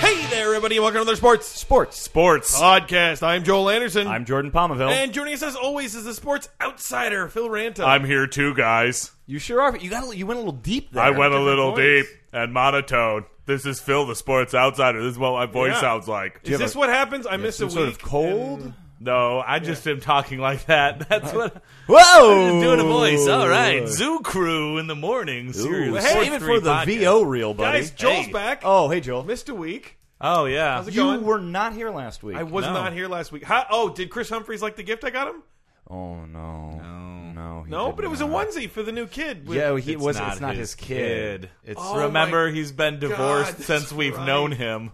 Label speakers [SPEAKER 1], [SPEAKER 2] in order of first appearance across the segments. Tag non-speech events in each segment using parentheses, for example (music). [SPEAKER 1] Hey there, everybody, and welcome to another sports sports
[SPEAKER 2] Sports.
[SPEAKER 1] podcast. I'm Joel Anderson,
[SPEAKER 2] I'm Jordan Palmaville.
[SPEAKER 1] and joining us as always is the sports outsider Phil Ranta.
[SPEAKER 2] I'm here too, guys.
[SPEAKER 1] you sure are. You got you went a little deep there.
[SPEAKER 2] I went a little
[SPEAKER 1] Different voice.
[SPEAKER 2] deep and monotone. This is Phil, the sports outsider. This is what my voice
[SPEAKER 1] Yeah.
[SPEAKER 2] sounds like.
[SPEAKER 1] Is this what happens? I missed a
[SPEAKER 3] some
[SPEAKER 1] week.
[SPEAKER 3] sort of cold?
[SPEAKER 1] and-
[SPEAKER 2] No, I just am talking like that. (laughs) That's what
[SPEAKER 3] Whoa!
[SPEAKER 2] doing a voice. All right, Zoo Crew in the morning.
[SPEAKER 3] Ooh,
[SPEAKER 2] Serious
[SPEAKER 3] save
[SPEAKER 2] Sports
[SPEAKER 3] it for the
[SPEAKER 2] 3 podcast.
[SPEAKER 3] VO reel, buddy.
[SPEAKER 1] Guys, Joel's
[SPEAKER 2] Hey.
[SPEAKER 1] back.
[SPEAKER 3] oh, hey, Joel.
[SPEAKER 1] missed a week.
[SPEAKER 2] Oh yeah,
[SPEAKER 1] it
[SPEAKER 3] You
[SPEAKER 1] going?
[SPEAKER 3] were not here last week.
[SPEAKER 1] I was
[SPEAKER 2] No.
[SPEAKER 1] not here last week. How, oh, did Chris Humphreys like the gift I got him?
[SPEAKER 3] oh no, no, no. he
[SPEAKER 1] No,
[SPEAKER 3] did
[SPEAKER 1] but it was a
[SPEAKER 3] not.
[SPEAKER 1] onesie for the new kid. with-
[SPEAKER 3] Yeah, he
[SPEAKER 2] It's
[SPEAKER 3] was. it's not his kid. It's
[SPEAKER 1] Oh,
[SPEAKER 2] Remember,
[SPEAKER 1] my
[SPEAKER 2] he's been divorced
[SPEAKER 1] God,
[SPEAKER 2] since
[SPEAKER 1] that's
[SPEAKER 2] we've
[SPEAKER 1] right.
[SPEAKER 2] known him.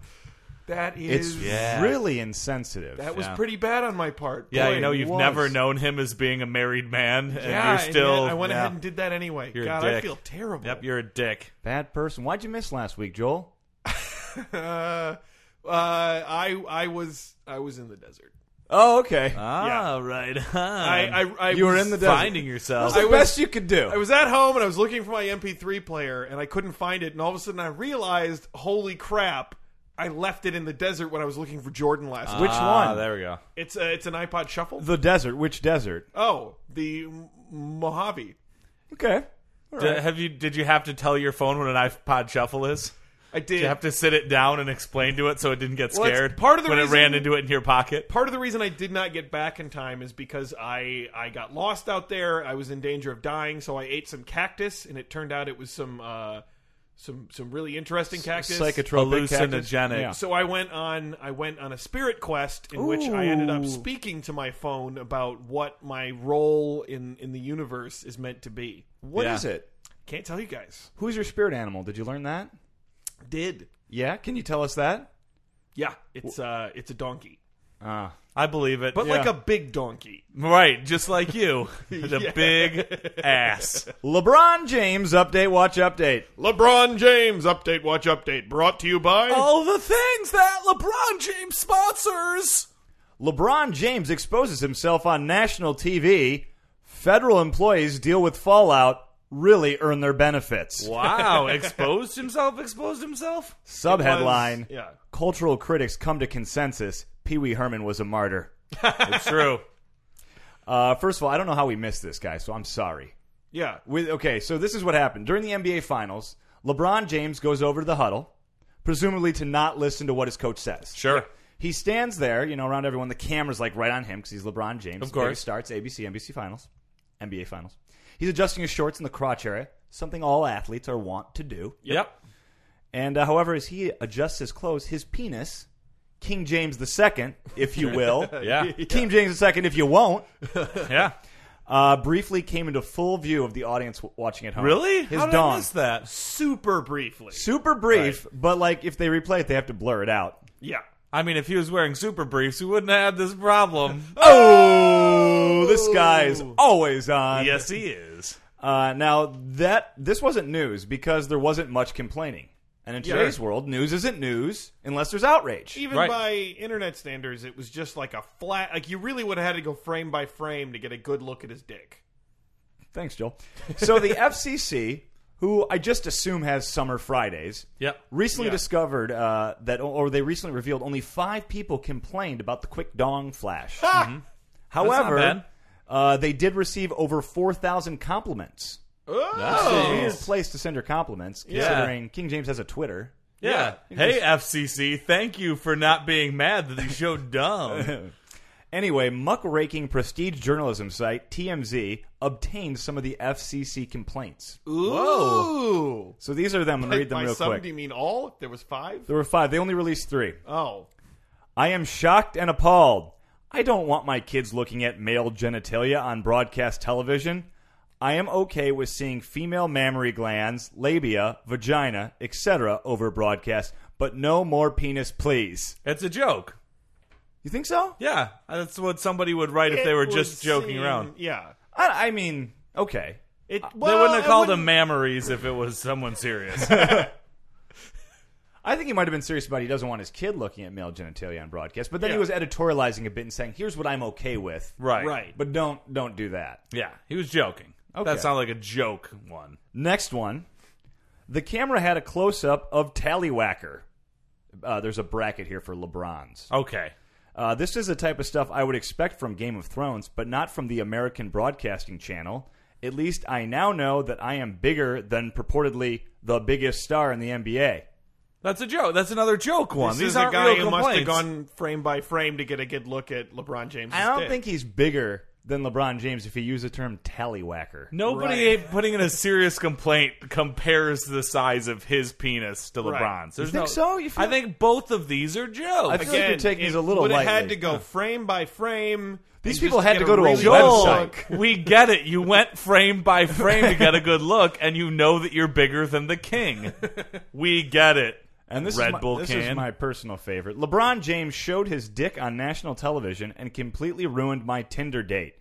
[SPEAKER 1] that
[SPEAKER 3] it's
[SPEAKER 1] is.
[SPEAKER 2] Yeah.
[SPEAKER 3] really insensitive.
[SPEAKER 1] That was
[SPEAKER 2] Yeah.
[SPEAKER 1] pretty bad on my part.
[SPEAKER 2] Yeah,
[SPEAKER 1] Boy,
[SPEAKER 2] you know, you've
[SPEAKER 3] was.
[SPEAKER 2] never known him as being a married man, and
[SPEAKER 1] yeah,
[SPEAKER 2] you're
[SPEAKER 1] and yet
[SPEAKER 2] still.
[SPEAKER 1] I went
[SPEAKER 2] yeah.
[SPEAKER 1] ahead and did that anyway.
[SPEAKER 2] You're a
[SPEAKER 1] God, I
[SPEAKER 2] dick.
[SPEAKER 1] feel terrible.
[SPEAKER 2] Yep, you're a dick.
[SPEAKER 3] Bad person. Why'd you miss last week, Joel?
[SPEAKER 1] (laughs) uh, uh, I I was I was in the desert.
[SPEAKER 3] Oh, okay.
[SPEAKER 2] Ah, (laughs) right.
[SPEAKER 1] I,
[SPEAKER 2] Um,
[SPEAKER 1] I, I
[SPEAKER 3] you were
[SPEAKER 1] was-
[SPEAKER 3] in the desert.
[SPEAKER 2] finding yourself.
[SPEAKER 3] That's the
[SPEAKER 1] I was-
[SPEAKER 3] best you could do.
[SPEAKER 1] I was at home and I was looking for my MP3 player and I couldn't find it and all of a sudden I realized, holy crap, I left it in the desert when I was looking for Jordan last week.
[SPEAKER 3] Which
[SPEAKER 2] Ah,
[SPEAKER 3] one?
[SPEAKER 2] There we go.
[SPEAKER 1] It's a, it's an iPod Shuffle.
[SPEAKER 3] The desert. Which desert?
[SPEAKER 1] oh, the M- Mojave.
[SPEAKER 3] Okay. All
[SPEAKER 2] D-
[SPEAKER 3] right.
[SPEAKER 2] have you? Did you have to tell your phone what an iPod shuffle is?
[SPEAKER 1] I did.
[SPEAKER 2] You have to sit it down and explain to it so it didn't get
[SPEAKER 1] Well, it's
[SPEAKER 2] scared.
[SPEAKER 1] part of the
[SPEAKER 2] when
[SPEAKER 1] reason-
[SPEAKER 2] it ran into it in your pocket.
[SPEAKER 1] Part of the reason I did not get back in time is because I I got lost out there. I was in danger of dying, so I ate some cactus, and it turned out it was some uh, some some really interesting cactus.
[SPEAKER 3] Psychotropic cactus.
[SPEAKER 2] hallucinogenic.
[SPEAKER 3] Yeah.
[SPEAKER 1] So I went on I went on a spirit quest in which I ended up speaking to my phone about what my role in in the universe is meant to be.
[SPEAKER 3] What
[SPEAKER 2] Yeah.
[SPEAKER 3] is it?
[SPEAKER 1] Can't tell you guys.
[SPEAKER 3] Who's your spirit animal? Did you learn that?
[SPEAKER 1] Did.
[SPEAKER 3] Yeah. Can you tell us that?
[SPEAKER 1] Yeah, it's uh it's a donkey.
[SPEAKER 3] Ah.
[SPEAKER 2] I believe it.
[SPEAKER 1] But like
[SPEAKER 3] Yeah.
[SPEAKER 1] a big donkey.
[SPEAKER 2] right, just like (laughs) you, the big (laughs) ass.
[SPEAKER 3] LeBron James update. Watch update.
[SPEAKER 1] LeBron James update watch update brought to you by
[SPEAKER 3] Oh,
[SPEAKER 2] All the things that LeBron James sponsors.
[SPEAKER 3] LeBron James exposes himself on national TV. Federal employees deal with fallout, really earn their benefits.
[SPEAKER 2] Wow, exposed himself. Exposed himself.
[SPEAKER 3] Subheadline
[SPEAKER 1] Yeah.
[SPEAKER 3] Cultural critics come to consensus Pee Wee Herman was a martyr.
[SPEAKER 2] (laughs) It's true.
[SPEAKER 3] Uh, first of all, I don't know how we missed this guy, so I'm sorry.
[SPEAKER 1] Yeah.
[SPEAKER 3] With, okay, so this is what happened. During the NBA Finals, LeBron James goes over to the huddle, presumably to not listen to what his coach says.
[SPEAKER 2] Sure.
[SPEAKER 3] He stands there, you know, around everyone. The camera's like right on him because he's LeBron James.
[SPEAKER 2] Of course.
[SPEAKER 3] There he starts ABC, NBC Finals, NBA Finals. He's adjusting his shorts in the crotch area, something all athletes are wont to do.
[SPEAKER 2] Yep.
[SPEAKER 3] And uh, however, as he adjusts his clothes, his penis, King James II, if you will,
[SPEAKER 2] (laughs) Yeah.
[SPEAKER 3] King James II, if you won't,
[SPEAKER 2] Yeah.
[SPEAKER 3] uh, briefly came into full view of the audience w- watching at home.
[SPEAKER 2] Really?
[SPEAKER 3] His
[SPEAKER 2] How did I
[SPEAKER 3] dong.
[SPEAKER 2] miss that?
[SPEAKER 1] Super briefly.
[SPEAKER 3] Super brief, but like if they replay it, they have to blur it out.
[SPEAKER 1] Yeah.
[SPEAKER 2] I mean, if he was wearing super briefs, we wouldn't have
[SPEAKER 1] (laughs)
[SPEAKER 2] this problem.
[SPEAKER 3] Oh, this guy's always on.
[SPEAKER 2] (laughs) yes, he is.
[SPEAKER 3] Uh, now that this wasn't news because there wasn't much complaining, and in
[SPEAKER 1] Yeah.
[SPEAKER 3] today's world, news isn't news unless there's outrage.
[SPEAKER 1] Even
[SPEAKER 2] Right.
[SPEAKER 1] by internet standards, it was just like a flat. Like you really would have had to go frame by frame to get a good look at his dick.
[SPEAKER 3] Thanks, Joel. So the (laughs) FCC, who I just assume has summer Fridays,
[SPEAKER 2] Yep.
[SPEAKER 3] recently
[SPEAKER 1] Yeah.
[SPEAKER 3] discovered uh, that, or they recently revealed, only five people complained about the quick dong flash. Mm-hmm.
[SPEAKER 2] bad.
[SPEAKER 3] However, uh, they did receive over four thousand compliments.
[SPEAKER 1] Oh,
[SPEAKER 3] Weird place to send your compliments, considering King James has a Twitter.
[SPEAKER 2] Yeah. Hey, FCC, thank you for not being mad that
[SPEAKER 1] (laughs)
[SPEAKER 2] the show dumb.
[SPEAKER 3] Anyway, muckraking prestige journalism site TMZ obtained some of the FCC complaints.
[SPEAKER 1] ooh!
[SPEAKER 3] So these are them. I'm going to read them
[SPEAKER 1] By
[SPEAKER 3] real
[SPEAKER 1] some,
[SPEAKER 3] quick.
[SPEAKER 1] do you mean all? If There was five.
[SPEAKER 3] There were five. They only released three.
[SPEAKER 1] Oh,
[SPEAKER 3] I am shocked and appalled. I don't want my kids looking at male genitalia on broadcast television. I am okay with seeing female mammary glands, labia, vagina, etc. over broadcast, but no more penis, please.
[SPEAKER 2] It's a joke.
[SPEAKER 3] You think so?
[SPEAKER 2] Yeah, that's what somebody would write if they were
[SPEAKER 1] It would
[SPEAKER 2] just joking
[SPEAKER 1] seem-
[SPEAKER 2] around.
[SPEAKER 1] Yeah.
[SPEAKER 3] I, I mean, okay.
[SPEAKER 1] It,
[SPEAKER 2] they wouldn't have called
[SPEAKER 1] them.
[SPEAKER 2] them mammaries if it was someone serious.
[SPEAKER 1] (laughs)
[SPEAKER 3] I think he might have been serious about he doesn't want his kid looking at male genitalia on broadcast, but then he
[SPEAKER 1] Yeah.
[SPEAKER 3] was editorializing a bit and saying, "Here's what I'm okay with."
[SPEAKER 2] right.
[SPEAKER 1] Right.
[SPEAKER 3] But don't don't do that.
[SPEAKER 2] Yeah, he was joking.
[SPEAKER 3] Okay.
[SPEAKER 2] That sounded like a joke one.
[SPEAKER 3] Next one. The camera had a close up of Tallywhacker. Uh, there's a bracket here for LeBron's.
[SPEAKER 2] Okay.
[SPEAKER 3] Uh, this is the type of stuff I would expect from Game of Thrones, but not from the American Broadcasting Channel. At least I now know that I am bigger than purportedly the biggest star in the NBA.
[SPEAKER 2] That's a joke. That's another joke one.
[SPEAKER 1] This
[SPEAKER 2] These
[SPEAKER 1] is
[SPEAKER 2] aren't
[SPEAKER 1] a guy
[SPEAKER 2] real
[SPEAKER 1] who must have
[SPEAKER 2] complaints.
[SPEAKER 1] gone frame by frame to get a good look at LeBron James.
[SPEAKER 3] I don't think he's bigger than LeBron James if he used the term tallywhacker.
[SPEAKER 2] Nobody
[SPEAKER 1] Right.
[SPEAKER 2] putting in a serious complaint compares the size of his penis to
[SPEAKER 1] Right.
[SPEAKER 2] LeBron's. There's
[SPEAKER 3] You think
[SPEAKER 2] no,
[SPEAKER 3] so? You feel-
[SPEAKER 2] I think both of these are jokes.
[SPEAKER 3] I feel like you're taking these a little
[SPEAKER 1] would have had
[SPEAKER 3] lightly.
[SPEAKER 1] to go frame by frame.
[SPEAKER 3] These
[SPEAKER 1] and
[SPEAKER 3] people
[SPEAKER 1] just
[SPEAKER 3] had
[SPEAKER 1] get
[SPEAKER 3] to go to a
[SPEAKER 1] really
[SPEAKER 2] Joel,
[SPEAKER 1] good
[SPEAKER 3] website.
[SPEAKER 1] look.
[SPEAKER 2] we get it. You went frame by frame to get a good look, and you know that you're bigger than the king. We get it.
[SPEAKER 3] And this
[SPEAKER 2] Red
[SPEAKER 3] is my,
[SPEAKER 2] Bull
[SPEAKER 3] this
[SPEAKER 2] can.
[SPEAKER 3] is my personal favorite. LeBron James showed his dick on national television and completely ruined my Tinder date.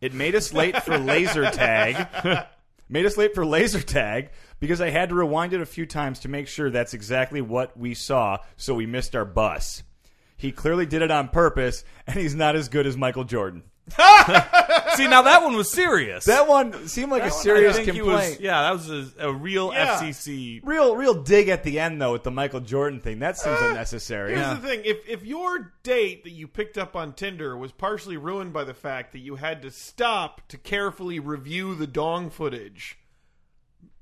[SPEAKER 3] It made us late
[SPEAKER 2] (laughs)
[SPEAKER 3] for laser tag. made us late for laser tag because I had to rewind it a few times to make sure that's exactly what we saw, so we missed our bus. He clearly did it on purpose, and he's not as good as Michael Jordan.
[SPEAKER 2] See, now that one was serious.
[SPEAKER 3] That one seemed like
[SPEAKER 2] That
[SPEAKER 3] a
[SPEAKER 2] one, I
[SPEAKER 3] serious
[SPEAKER 2] think he was-
[SPEAKER 3] complaint.
[SPEAKER 2] yeah, that was a, a real
[SPEAKER 1] Yeah.
[SPEAKER 2] FCC.
[SPEAKER 3] Real, real dig at the end though with the Michael Jordan thing. That seems
[SPEAKER 2] Ah,
[SPEAKER 3] unnecessary.
[SPEAKER 1] Here's the thing: if if your date that you picked up on Tinder was partially ruined by the fact that you had to stop to carefully review the dong footage,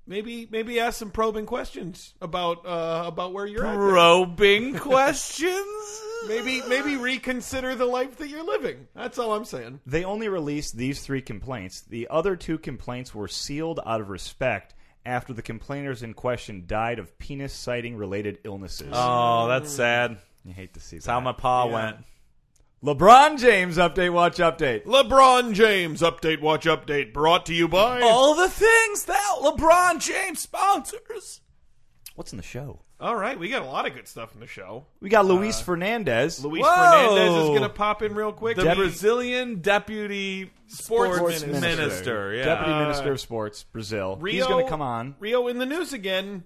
[SPEAKER 1] maybe maybe ask some probing questions about uh, about where you're at. there.
[SPEAKER 2] Probing questions?
[SPEAKER 1] Maybe maybe reconsider the life that you're living. That's all I'm saying.
[SPEAKER 3] They only released these three complaints. The other two complaints were sealed out of respect after the complainers in question died of penis sighting related illnesses.
[SPEAKER 2] Oh, that's sad.
[SPEAKER 3] you hate to see that.
[SPEAKER 2] That's how my pa went.
[SPEAKER 3] LeBron James update, watch update.
[SPEAKER 1] LeBron James update, watch update, brought to you by.
[SPEAKER 2] All the things that LeBron James sponsors.
[SPEAKER 3] What's in the show?
[SPEAKER 1] All right, we got a lot of good stuff in the show.
[SPEAKER 3] We got Luis
[SPEAKER 2] Uh,
[SPEAKER 3] Fernandez.
[SPEAKER 1] Luis
[SPEAKER 2] Whoa.
[SPEAKER 1] Fernandez is going to pop in real quick.
[SPEAKER 2] The
[SPEAKER 1] He-
[SPEAKER 2] Brazilian deputy sports,
[SPEAKER 1] Sports
[SPEAKER 2] minister.
[SPEAKER 1] minister.
[SPEAKER 2] Yeah.
[SPEAKER 3] Deputy Minister of Sports, Brazil.
[SPEAKER 1] Rio,
[SPEAKER 3] He's going to come on.
[SPEAKER 1] Rio in the news again.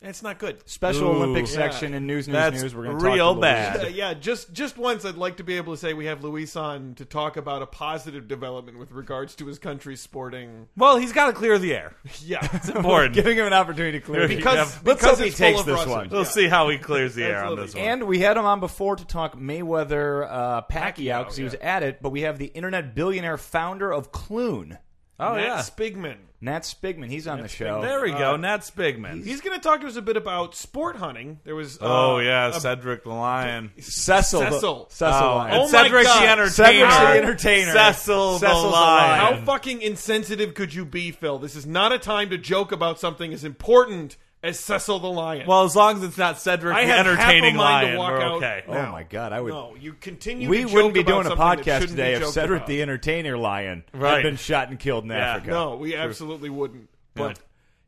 [SPEAKER 1] It's not good.
[SPEAKER 3] Special
[SPEAKER 2] Ooh.
[SPEAKER 3] Olympic
[SPEAKER 1] Yeah.
[SPEAKER 3] section in news, news,
[SPEAKER 2] That's
[SPEAKER 3] news. We're going to
[SPEAKER 2] real
[SPEAKER 3] talk to Luis.
[SPEAKER 2] bad.
[SPEAKER 1] Uh, yeah, just just once, I'd like to be able to say we have Luis on to talk about a positive development with regards to his country sporting.
[SPEAKER 2] (laughs) well, he's got to clear the air.
[SPEAKER 1] (laughs) Yeah,
[SPEAKER 3] (laughs)
[SPEAKER 2] It's important.
[SPEAKER 3] Giving him an opportunity to clear
[SPEAKER 2] (laughs)
[SPEAKER 3] it.
[SPEAKER 1] because
[SPEAKER 2] Let's
[SPEAKER 1] because
[SPEAKER 3] hope he
[SPEAKER 1] it's
[SPEAKER 3] takes
[SPEAKER 1] full of
[SPEAKER 3] this
[SPEAKER 1] Russians.
[SPEAKER 3] one.
[SPEAKER 2] We'll
[SPEAKER 1] Yeah.
[SPEAKER 2] see how he clears the air on
[SPEAKER 1] Absolutely.
[SPEAKER 2] this one.
[SPEAKER 3] And we had him on before to talk Mayweather uh, Pacquiao
[SPEAKER 1] Pacquiao,
[SPEAKER 3] because he
[SPEAKER 1] yeah.
[SPEAKER 3] was at it. But we have the internet billionaire founder of Clune,
[SPEAKER 2] oh,
[SPEAKER 1] Matt
[SPEAKER 2] yeah.
[SPEAKER 1] Spigman.
[SPEAKER 3] Nat Spigman. He's on the show.
[SPEAKER 2] There we go. Nat Spigman.
[SPEAKER 1] oh, uh, He's going to talk to us a bit about sport hunting. There was uh,
[SPEAKER 2] oh, yeah.
[SPEAKER 1] a-
[SPEAKER 2] Cedric the Lion.
[SPEAKER 3] Cecil. the-
[SPEAKER 1] Cecil.
[SPEAKER 3] Cecil.
[SPEAKER 2] Oh,
[SPEAKER 3] Lion.
[SPEAKER 2] and
[SPEAKER 1] Oh my
[SPEAKER 2] Cedric
[SPEAKER 1] God.
[SPEAKER 2] the Entertainer.
[SPEAKER 3] Cedric the Entertainer.
[SPEAKER 2] Cecil the
[SPEAKER 3] Cecil's a
[SPEAKER 2] Lion.
[SPEAKER 1] How fucking insensitive could you be, Phil? This is not a time to joke about something as important as Cecil the Lion.
[SPEAKER 2] Well, as long as it's not Cedric
[SPEAKER 1] I
[SPEAKER 2] the
[SPEAKER 1] have half a mind
[SPEAKER 2] Entertaining
[SPEAKER 1] to
[SPEAKER 2] Lion,
[SPEAKER 1] walk
[SPEAKER 2] we're
[SPEAKER 1] out.
[SPEAKER 2] okay.
[SPEAKER 3] Oh
[SPEAKER 1] now.
[SPEAKER 3] my God! I would.
[SPEAKER 1] no, you continue.
[SPEAKER 3] we
[SPEAKER 1] to joke
[SPEAKER 3] wouldn't be
[SPEAKER 1] about
[SPEAKER 3] doing a
[SPEAKER 1] something that
[SPEAKER 3] podcast
[SPEAKER 1] shouldn't be
[SPEAKER 3] today if
[SPEAKER 1] joked
[SPEAKER 3] Cedric
[SPEAKER 1] about.
[SPEAKER 3] the Entertainer Lion had
[SPEAKER 2] Right.
[SPEAKER 3] been shot and killed in Africa.
[SPEAKER 1] No, we absolutely wouldn't. But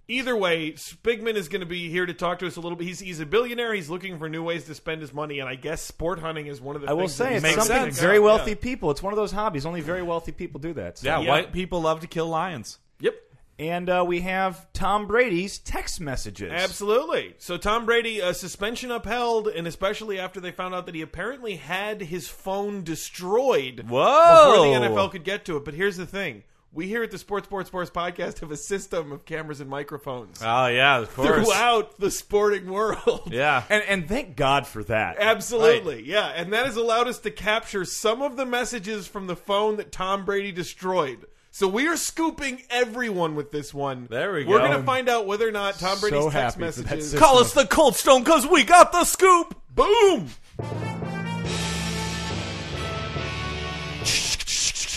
[SPEAKER 1] either way, Spigman is going to be here to talk to us a little bit. He's he's a billionaire. He's looking for new ways to spend his money, and I guess sport hunting is one of the.
[SPEAKER 3] I will
[SPEAKER 1] things
[SPEAKER 3] say
[SPEAKER 1] that
[SPEAKER 3] it's
[SPEAKER 2] Makes
[SPEAKER 3] something
[SPEAKER 2] sense.
[SPEAKER 3] very
[SPEAKER 1] Yeah.
[SPEAKER 3] wealthy people. It's one of those hobbies. Only very wealthy people do that. so.
[SPEAKER 2] Yeah,
[SPEAKER 1] Yeah.
[SPEAKER 2] white people love to kill lions.
[SPEAKER 1] Yep,
[SPEAKER 3] And uh, we have Tom Brady's text messages.
[SPEAKER 1] absolutely. So Tom Brady uh, suspension upheld, and especially after they found out that he apparently had his phone destroyed.
[SPEAKER 2] Whoa!
[SPEAKER 1] before the NFL could get to it. But here's the thing: we here at the Sports Sports Sports Podcast have a system of cameras and microphones
[SPEAKER 2] Oh yeah, of
[SPEAKER 1] (laughs)
[SPEAKER 2] course.
[SPEAKER 1] throughout the sporting world.
[SPEAKER 2] Yeah.
[SPEAKER 3] And and thank God for that.
[SPEAKER 1] Absolutely, yeah, and that has allowed us to capture some of the messages from the phone that Tom Brady destroyed. So we are scooping everyone with this one.
[SPEAKER 2] There we
[SPEAKER 1] We're
[SPEAKER 2] go.
[SPEAKER 1] going to find out whether or not Tom
[SPEAKER 3] So
[SPEAKER 1] Brady's text
[SPEAKER 3] happy for that
[SPEAKER 1] messages.
[SPEAKER 3] system.
[SPEAKER 2] Call us the Cold Stone because we got the scoop.
[SPEAKER 1] Boom!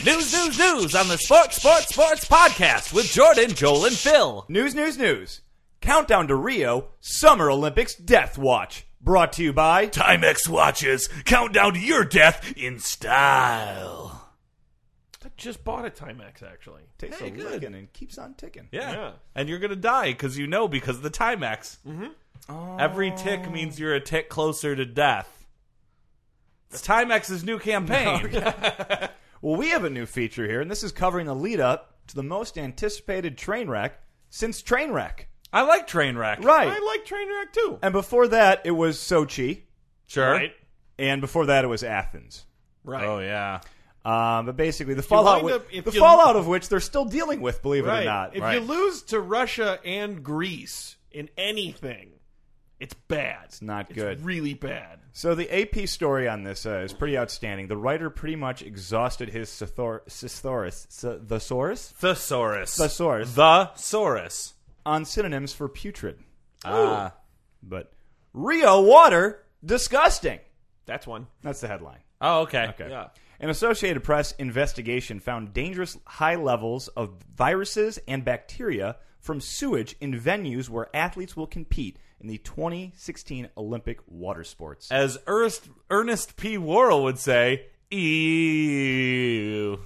[SPEAKER 2] News, news, news on the Sports, Sports, Sports podcast with Jordan, Joel, and Phil.
[SPEAKER 3] News, news, news. Countdown to Rio Summer Olympics Death Watch. Brought to you by.
[SPEAKER 2] Timex watches count down to your death in style.
[SPEAKER 1] I just bought a Timex actually.
[SPEAKER 3] Takes
[SPEAKER 2] Hey,
[SPEAKER 3] a
[SPEAKER 2] good.
[SPEAKER 3] licking and keeps on ticking.
[SPEAKER 2] Yeah.
[SPEAKER 1] Yeah.
[SPEAKER 2] And you're gonna die because you know because of the Timex. Mm-hmm. Every tick means you're a tick closer to death. It's Timex's (laughs) new campaign.
[SPEAKER 3] Well, we have a new feature here, and this is covering the lead up to the most anticipated train wreck since train wreck.
[SPEAKER 2] I like Trainwreck.
[SPEAKER 3] Right.
[SPEAKER 1] I like Trainwreck too.
[SPEAKER 3] and before that, it was Sochi,
[SPEAKER 2] Sure.
[SPEAKER 1] Right.
[SPEAKER 3] and before that, it was Athens.
[SPEAKER 1] Right.
[SPEAKER 2] Oh yeah.
[SPEAKER 3] Um, but basically, the fallout, wi-
[SPEAKER 1] wind up- if
[SPEAKER 3] the
[SPEAKER 1] you-
[SPEAKER 3] fallout of which they're still dealing with, believe it
[SPEAKER 1] Right.
[SPEAKER 3] or not.
[SPEAKER 1] if
[SPEAKER 2] right.
[SPEAKER 1] you lose to Russia and Greece in anything, it's bad. It's
[SPEAKER 3] not good.
[SPEAKER 1] really bad.
[SPEAKER 3] So the AP story on this uh, is pretty outstanding. The writer pretty much exhausted his sathor- thesaurus, sa- thesaurus
[SPEAKER 2] Thesaurus.
[SPEAKER 3] Thesaurus.
[SPEAKER 2] Thesaurus.
[SPEAKER 3] on synonyms for putrid,
[SPEAKER 2] Ah.
[SPEAKER 3] but Rio water disgusting.
[SPEAKER 1] That's one.
[SPEAKER 3] That's the headline.
[SPEAKER 2] oh okay.
[SPEAKER 3] Okay.
[SPEAKER 1] Yeah.
[SPEAKER 3] An Associated Press investigation found dangerous high levels of viruses and bacteria from sewage in venues where athletes will compete in the 2016 Olympic water
[SPEAKER 1] (laughs)
[SPEAKER 3] sports.
[SPEAKER 2] As Ernest, Ernest P. Worrell would say, "Ew."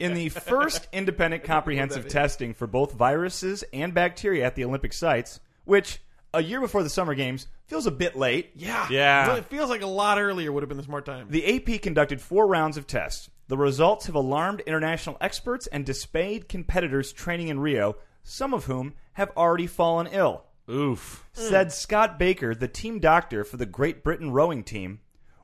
[SPEAKER 3] In the first independent comprehensive testing for both viruses and bacteria at the Olympic sites, which a year before the Summer Games feels a bit late,
[SPEAKER 1] Yeah.
[SPEAKER 2] Yeah.
[SPEAKER 1] Well, it feels like a lot earlier would have been the smart time.
[SPEAKER 3] the AP conducted four rounds of tests. The results have alarmed international experts and dismayed competitors training in Rio, some of whom have already fallen ill.
[SPEAKER 2] Oof.
[SPEAKER 3] Said Scott Baker, the team doctor for the Great Britain rowing team,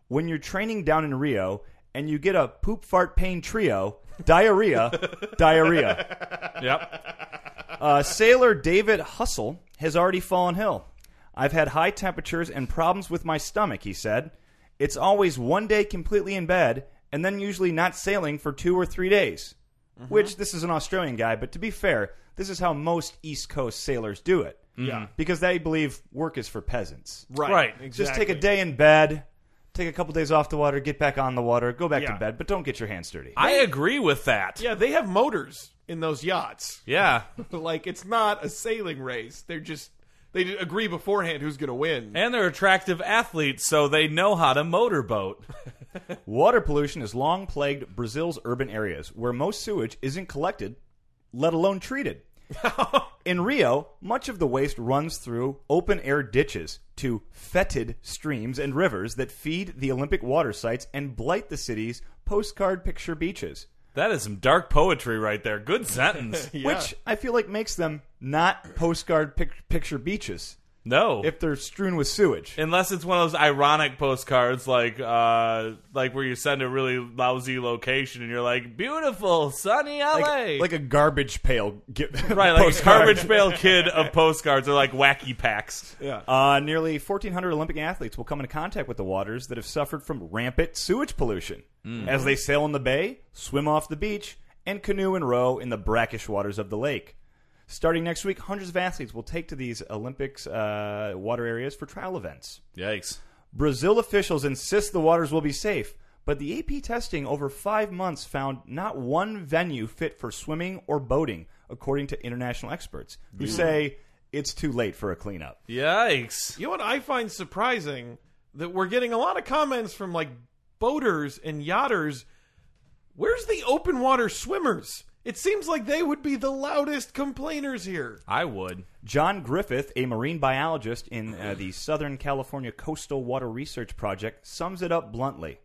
[SPEAKER 3] when you're training down in Rio and you get a poop fart pain trio, diarrhea, diarrhea.
[SPEAKER 2] Yep.
[SPEAKER 3] Uh, sailor David Hustle has already fallen ill. I've had high temperatures and problems with my stomach, he said. It's always one day completely in bed and then usually not sailing for two or three days. Which, this is an Australian guy, but to be fair, this is how most East Coast sailors do it.
[SPEAKER 1] Yeah.
[SPEAKER 3] Because they believe work is for peasants.
[SPEAKER 1] Right.
[SPEAKER 2] Right.
[SPEAKER 1] Exactly.
[SPEAKER 3] Mm-hmm. Just take a day in bed, take a couple days off the water, get back on the water, go back
[SPEAKER 1] Yeah.
[SPEAKER 3] to bed, but don't get your hands dirty.
[SPEAKER 2] I agree with that.
[SPEAKER 1] Yeah, they have motors in those yachts.
[SPEAKER 2] Yeah.
[SPEAKER 1] like it's not a sailing race. They're just they d- agree beforehand who's going to win.
[SPEAKER 2] And they're attractive athletes, so they know how to motorboat.
[SPEAKER 3] Water pollution has long plagued Brazil's urban areas, where most sewage isn't collected, let alone
[SPEAKER 1] (laughs)
[SPEAKER 3] treated. In Rio, much of the waste runs through open air ditches to fetid streams and rivers that feed the Olympic water sites and blight the city's postcard picture beaches,
[SPEAKER 2] That is some dark poetry right there.
[SPEAKER 3] (laughs)
[SPEAKER 2] Good sentence.
[SPEAKER 3] which I feel like makes them not postcard pic- picture beaches
[SPEAKER 2] No.
[SPEAKER 3] if they're strewn with sewage.
[SPEAKER 2] Unless it's one of those ironic postcards, like uh, like where you send a really lousy location and you're like, "Beautiful sunny LA,"
[SPEAKER 3] Like, like a garbage pail get, (laughs)
[SPEAKER 2] (laughs) right, like a
[SPEAKER 3] postcard. (laughs)
[SPEAKER 2] garbage pail kid of postcards or like wacky packs.
[SPEAKER 1] yeah.
[SPEAKER 3] Uh, nearly 1,400 Olympic athletes will come into contact with the waters that have suffered from rampant sewage pollution
[SPEAKER 2] Mm-hmm.
[SPEAKER 3] as they sail in the bay, swim off the beach, and canoe and row in the brackish waters of the lake. Starting next week, hundreds of athletes will take to these Olympics uh, water areas for trial events.
[SPEAKER 2] Yikes!
[SPEAKER 3] Brazil officials insist the waters will be safe, but the AP testing over five months found not one venue fit for swimming or boating, according to international experts who say it's too late for a cleanup.
[SPEAKER 2] Yikes!
[SPEAKER 1] You know what I find surprising that we're getting a lot of comments from like boaters and yachters. Where's the open water swimmers? It seems like they would be the loudest complainers here.
[SPEAKER 2] I would.
[SPEAKER 3] John Griffith, a marine biologist in uh, the Southern California Coastal Water Research Project, sums it up bluntly.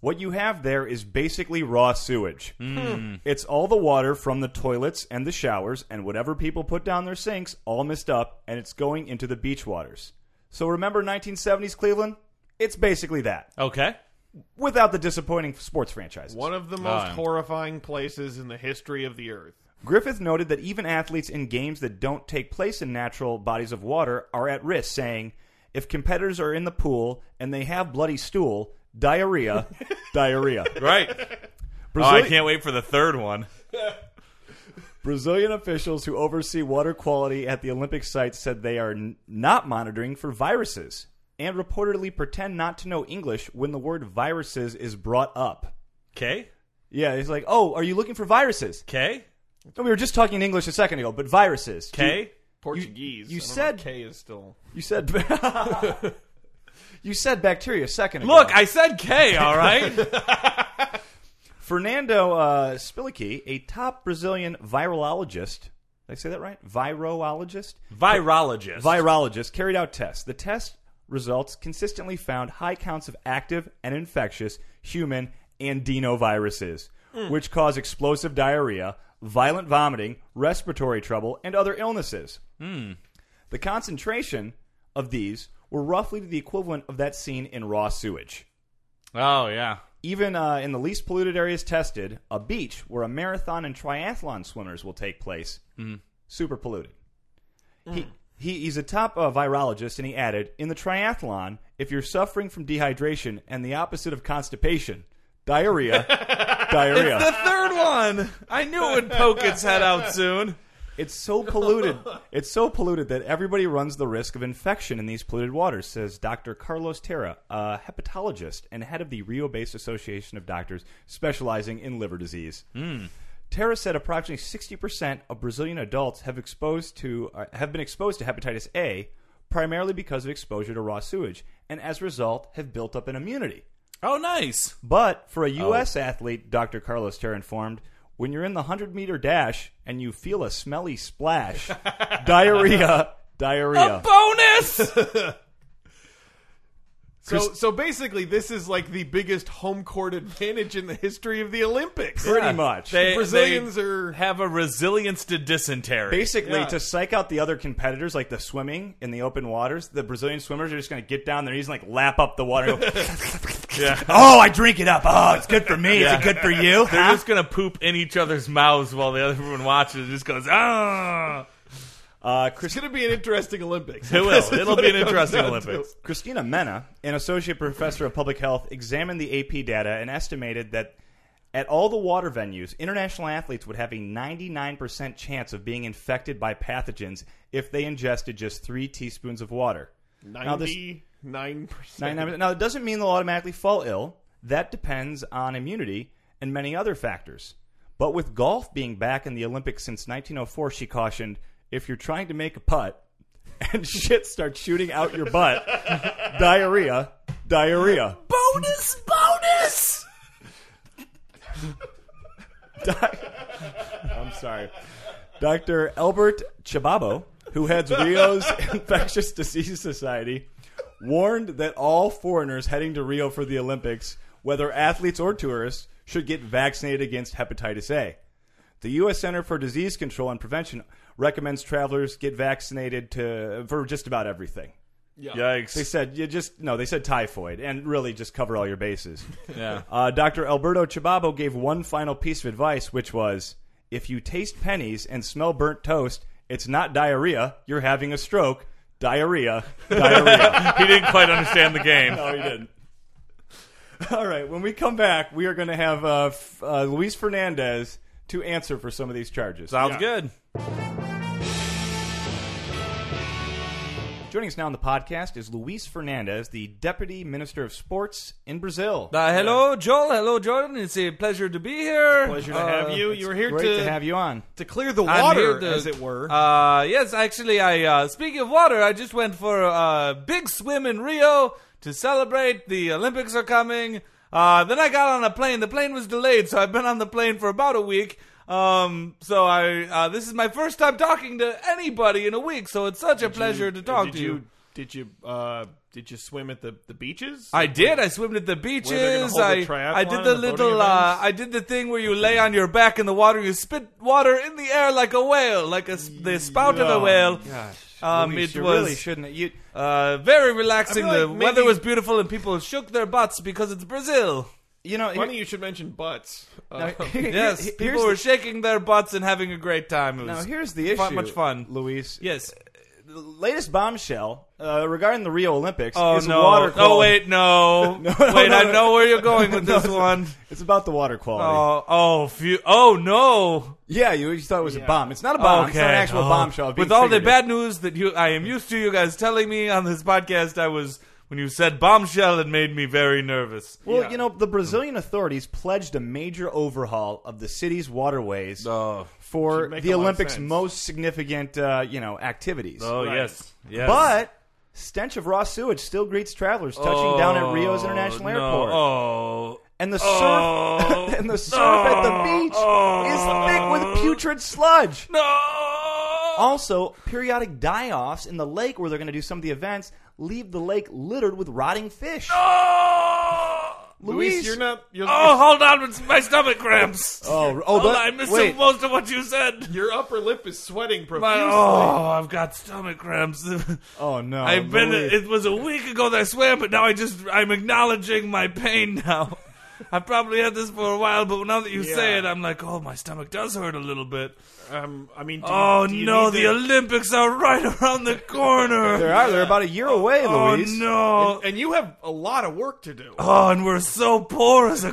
[SPEAKER 3] What you have there is basically raw sewage. It's all the water from the toilets and the showers and whatever people put down their sinks all messed up and it's going into the beach waters. So remember 1970s Cleveland? It's basically that
[SPEAKER 2] Okay.
[SPEAKER 3] without the disappointing sports franchises.
[SPEAKER 1] One of the most
[SPEAKER 2] Um.
[SPEAKER 1] horrifying places in the history of the earth.
[SPEAKER 3] Griffith noted that even athletes in games that don't take place in natural bodies of water are at risk, saying, if competitors are in the pool and they have bloody stool,
[SPEAKER 2] (laughs)
[SPEAKER 3] diarrhea, diarrhea.
[SPEAKER 2] Right. (laughs) Oh, I
[SPEAKER 3] Brazili-
[SPEAKER 2] can't wait for the third one.
[SPEAKER 3] Brazilian officials who oversee water quality at the Olympic sites said they are n- not monitoring for viruses and reportedly pretend not to know English when the word viruses is brought up.
[SPEAKER 2] Okay.
[SPEAKER 3] Yeah, it's like, oh, are you looking for viruses?
[SPEAKER 2] Okay.
[SPEAKER 3] No, we were just talking in English a second ago, but viruses. Do you-
[SPEAKER 2] Okay.
[SPEAKER 1] Portuguese.
[SPEAKER 3] you
[SPEAKER 1] I don't know
[SPEAKER 3] said-
[SPEAKER 1] if K is still.
[SPEAKER 3] You said (laughs) You said bacteria a second ago.
[SPEAKER 2] Look, I said K. All right.
[SPEAKER 3] Fernando uh, Spilicky, a top Brazilian virologist, Did I say that right? Virologist?
[SPEAKER 2] (laughs) Virologist.
[SPEAKER 3] Virologists carried out tests. The test results consistently found high counts of active and infectious human andenoviruses, which cause explosive diarrhea, violent vomiting, respiratory trouble, and other illnesses. The concentration of these were roughly the equivalent of that seen in raw sewage.
[SPEAKER 2] oh yeah.
[SPEAKER 3] Even uh, in the least polluted areas tested, a beach where a marathon and triathlon swimmers will take place, super polluted. He, he, he's a top uh, virologist, and he added In the triathlon, if you're suffering from dehydration and the opposite of constipation, diarrhea, diarrhea,
[SPEAKER 2] The third one. I knew it would poke its head out soon.
[SPEAKER 3] It's so polluted. it's so polluted that everybody runs the risk of infection in these polluted waters, says Dr. Carlos Terra, a hepatologist and head of the Rio based Association of Doctors specializing in liver disease. Terra said approximately 60% of Brazilian adults have exposed to uh, have been exposed to hepatitis A primarily because of exposure to raw sewage and as a result have built up an immunity.
[SPEAKER 2] Oh, nice.
[SPEAKER 3] But for a
[SPEAKER 2] Oh.
[SPEAKER 3] U.S. athlete, Dr. Carlos Terra informed, when you're in the 100 meter dash and you feel a smelly splash,
[SPEAKER 2] (laughs)
[SPEAKER 3] diarrhea,
[SPEAKER 2] Oh,
[SPEAKER 3] diarrhea.
[SPEAKER 2] Bonus.
[SPEAKER 1] So, so basically, this is like the biggest home court advantage in the history of the Olympics.
[SPEAKER 3] Pretty much.
[SPEAKER 2] They-
[SPEAKER 1] Brazilians
[SPEAKER 2] they
[SPEAKER 1] are-
[SPEAKER 2] (laughs) have a resilience to dysentery.
[SPEAKER 3] Basically,
[SPEAKER 1] Yeah.
[SPEAKER 3] to psych out the other competitors, like the swimming in the open waters, the Brazilian swimmers are just going to get down their knees and like lap up the water. And
[SPEAKER 2] (laughs)
[SPEAKER 3] go, Oh, I drink it up. Oh, it's good for me. Is it good for you?
[SPEAKER 2] They're
[SPEAKER 3] Huh?
[SPEAKER 2] just gonna poop in each other's mouths while the other one watches and just goes, ah.
[SPEAKER 3] Uh,
[SPEAKER 1] It's going to be an interesting Olympics. (laughs)
[SPEAKER 2] It will. It'll be an interesting
[SPEAKER 1] down to.
[SPEAKER 2] Olympics.
[SPEAKER 3] Christina Mena, an associate professor of public health, examined the AP data and estimated that at all the water venues, international athletes would have a 99% chance of being infected by pathogens if they ingested just three teaspoons of water. Now, this-
[SPEAKER 1] Ninety-nine percent.
[SPEAKER 3] 99%. Now, it doesn't mean they'll automatically fall ill. That depends on immunity and many other factors. But with golf being back in the Olympics since 1904, she cautioned if you're trying to make a putt (laughs) and shit starts shooting out your butt, (laughs) diarrhea, diarrhea,
[SPEAKER 2] Bonus.
[SPEAKER 3] (laughs)
[SPEAKER 2] Bonus.
[SPEAKER 3] Doc- I'm sorry. Dr. Albert Chababo, who heads Rio's (laughs) Infectious Disease Society, warned that all foreigners heading to Rio for the Olympics, whether athletes or tourists, should get vaccinated against hepatitis A. The U.S. Center for Disease Control and Prevention recommends travelers get vaccinated to, for just about everything. They
[SPEAKER 2] Yikes.
[SPEAKER 3] said you just no. They said typhoid, and really just cover all your bases.
[SPEAKER 2] Yeah.
[SPEAKER 3] Uh, Dr. Alberto Chababo gave one final piece of advice, which was if you taste pennies and smell burnt toast, it's not diarrhea. You're having a stroke.
[SPEAKER 2] (laughs)
[SPEAKER 3] Diarrhea. Diarrhea.
[SPEAKER 2] he didn't quite understand the game.
[SPEAKER 3] no, he didn't. (laughs) All right. When we come back, we are going to have uh, f- uh, Luis Fernandez to answer for some of these charges.
[SPEAKER 2] Sounds good.
[SPEAKER 3] Joining us now on the podcast is Luis Fernandez, the Deputy Minister of Sports in Brazil.
[SPEAKER 2] Uh, hello, Joel. Hello, Jordan. It's a pleasure to be here.
[SPEAKER 1] Pleasure to
[SPEAKER 2] Uh,
[SPEAKER 1] have you. You were here
[SPEAKER 3] Great to have you on.
[SPEAKER 1] to clear the
[SPEAKER 2] I'm
[SPEAKER 1] water,
[SPEAKER 2] here to-
[SPEAKER 1] as it were.
[SPEAKER 2] Uh, yes, actually, I uh, speaking of water, I just went for a big swim in Rio to celebrate the Olympics are coming. Uh, then I got on a plane. The plane was delayed, so I've been on the plane for about a week. Um, so I uh, this is my first time talking to anybody in a week, so it's such a pleasure to talk
[SPEAKER 1] did
[SPEAKER 2] to
[SPEAKER 1] you. Did you uh, did you swim at the, the beaches?
[SPEAKER 2] I did. I swam at the
[SPEAKER 1] they're gonna
[SPEAKER 2] beaches.
[SPEAKER 1] hold
[SPEAKER 2] I
[SPEAKER 1] the
[SPEAKER 2] I did
[SPEAKER 1] triathlon
[SPEAKER 2] the
[SPEAKER 1] and the boating
[SPEAKER 2] little. Uh,
[SPEAKER 1] events?
[SPEAKER 2] I did the thing where you lay on your back in the water. You spit water in the air like a whale, like a s- the spout
[SPEAKER 1] Oh,
[SPEAKER 2] of a whale.
[SPEAKER 3] Gosh,
[SPEAKER 2] Um,
[SPEAKER 3] Luis,
[SPEAKER 2] it
[SPEAKER 3] you
[SPEAKER 2] was
[SPEAKER 3] really shouldn't. You,
[SPEAKER 2] uh, very relaxing.
[SPEAKER 1] I feel
[SPEAKER 2] the
[SPEAKER 1] like
[SPEAKER 2] weather
[SPEAKER 1] maybe-
[SPEAKER 2] was beautiful, and people shook their butts because it's Brazil.
[SPEAKER 3] you know,
[SPEAKER 1] Funny you should mention butts. Uh,
[SPEAKER 3] now, (laughs) here-
[SPEAKER 2] Yes,
[SPEAKER 3] here- here's
[SPEAKER 2] people were
[SPEAKER 3] the,
[SPEAKER 2] shaking their butts and having a great time. It
[SPEAKER 3] now
[SPEAKER 2] was
[SPEAKER 3] here's the issue.
[SPEAKER 2] fu- much fun.
[SPEAKER 3] Luis.
[SPEAKER 2] yes.
[SPEAKER 3] The latest bombshell uh, regarding the Rio Olympics
[SPEAKER 2] Oh
[SPEAKER 3] is
[SPEAKER 2] no!
[SPEAKER 3] water quality.
[SPEAKER 2] Oh wait, no.
[SPEAKER 3] (laughs) no,
[SPEAKER 2] wait,
[SPEAKER 3] no,
[SPEAKER 2] I
[SPEAKER 3] no.
[SPEAKER 2] know where you're going
[SPEAKER 3] (laughs)
[SPEAKER 2] with this
[SPEAKER 3] No.
[SPEAKER 2] one.
[SPEAKER 3] It's about the water quality.
[SPEAKER 2] Oh, oh, few, oh no.
[SPEAKER 3] yeah, you, you thought it was a
[SPEAKER 1] Yeah.
[SPEAKER 3] bomb. It's not a bomb. It's not an actual
[SPEAKER 2] Oh.
[SPEAKER 3] bombshell. Being
[SPEAKER 2] With all the
[SPEAKER 3] figurative.
[SPEAKER 2] bad news that you, I am used to you guys telling me on this podcast, I was when you said bombshell, it made me very nervous.
[SPEAKER 3] Well,
[SPEAKER 1] Yeah.
[SPEAKER 3] you know, the Brazilian authorities pledged a major overhaul of the city's waterways
[SPEAKER 2] Oh,
[SPEAKER 3] for
[SPEAKER 1] Should make
[SPEAKER 3] the
[SPEAKER 1] a lot of
[SPEAKER 3] Olympics'
[SPEAKER 1] sense.
[SPEAKER 3] most significant, uh, you know, activities.
[SPEAKER 2] oh
[SPEAKER 1] Right.
[SPEAKER 2] yes, yes.
[SPEAKER 3] But stench of raw sewage still greets travelers touching down at Rio's
[SPEAKER 2] Oh,
[SPEAKER 3] International
[SPEAKER 2] no.
[SPEAKER 3] Airport.
[SPEAKER 2] Oh,
[SPEAKER 3] And the surf (laughs)
[SPEAKER 2] Oh.
[SPEAKER 3] and the surf at the beach
[SPEAKER 2] Oh.
[SPEAKER 3] is thick with putrid sludge.
[SPEAKER 2] no.
[SPEAKER 3] Oh. Also, periodic die offs in the lake where they're going to do some of the events leave the lake littered with rotting fish.
[SPEAKER 1] Luis, you're not. You're,
[SPEAKER 2] Oh, hold on, it's- my stomach cramps.
[SPEAKER 3] Oh, oh,
[SPEAKER 2] Hold
[SPEAKER 3] but
[SPEAKER 2] on, I missed
[SPEAKER 3] wait,
[SPEAKER 2] most of what you said.
[SPEAKER 1] your upper lip is sweating
[SPEAKER 2] My-
[SPEAKER 1] profusely.
[SPEAKER 2] oh, I've got stomach cramps. (laughs)
[SPEAKER 3] oh no!
[SPEAKER 2] I've been.
[SPEAKER 3] Luis.
[SPEAKER 2] It was a week ago that I swam, but now I just. I'm acknowledging my pain now. (laughs) I probably had this for a while, but now that you say
[SPEAKER 1] Yeah.
[SPEAKER 2] it, I'm like, oh, my stomach does hurt a little bit.
[SPEAKER 1] Um, I mean, do you-
[SPEAKER 2] Oh
[SPEAKER 1] do you
[SPEAKER 2] no,
[SPEAKER 1] need
[SPEAKER 2] the
[SPEAKER 1] to-
[SPEAKER 2] Olympics are right
[SPEAKER 1] (laughs)
[SPEAKER 2] around the corner.
[SPEAKER 3] There are. They're about a year away,
[SPEAKER 2] oh
[SPEAKER 3] Luis.
[SPEAKER 2] no.
[SPEAKER 1] and you have a lot of work to do.
[SPEAKER 2] Oh, and we're so poor as a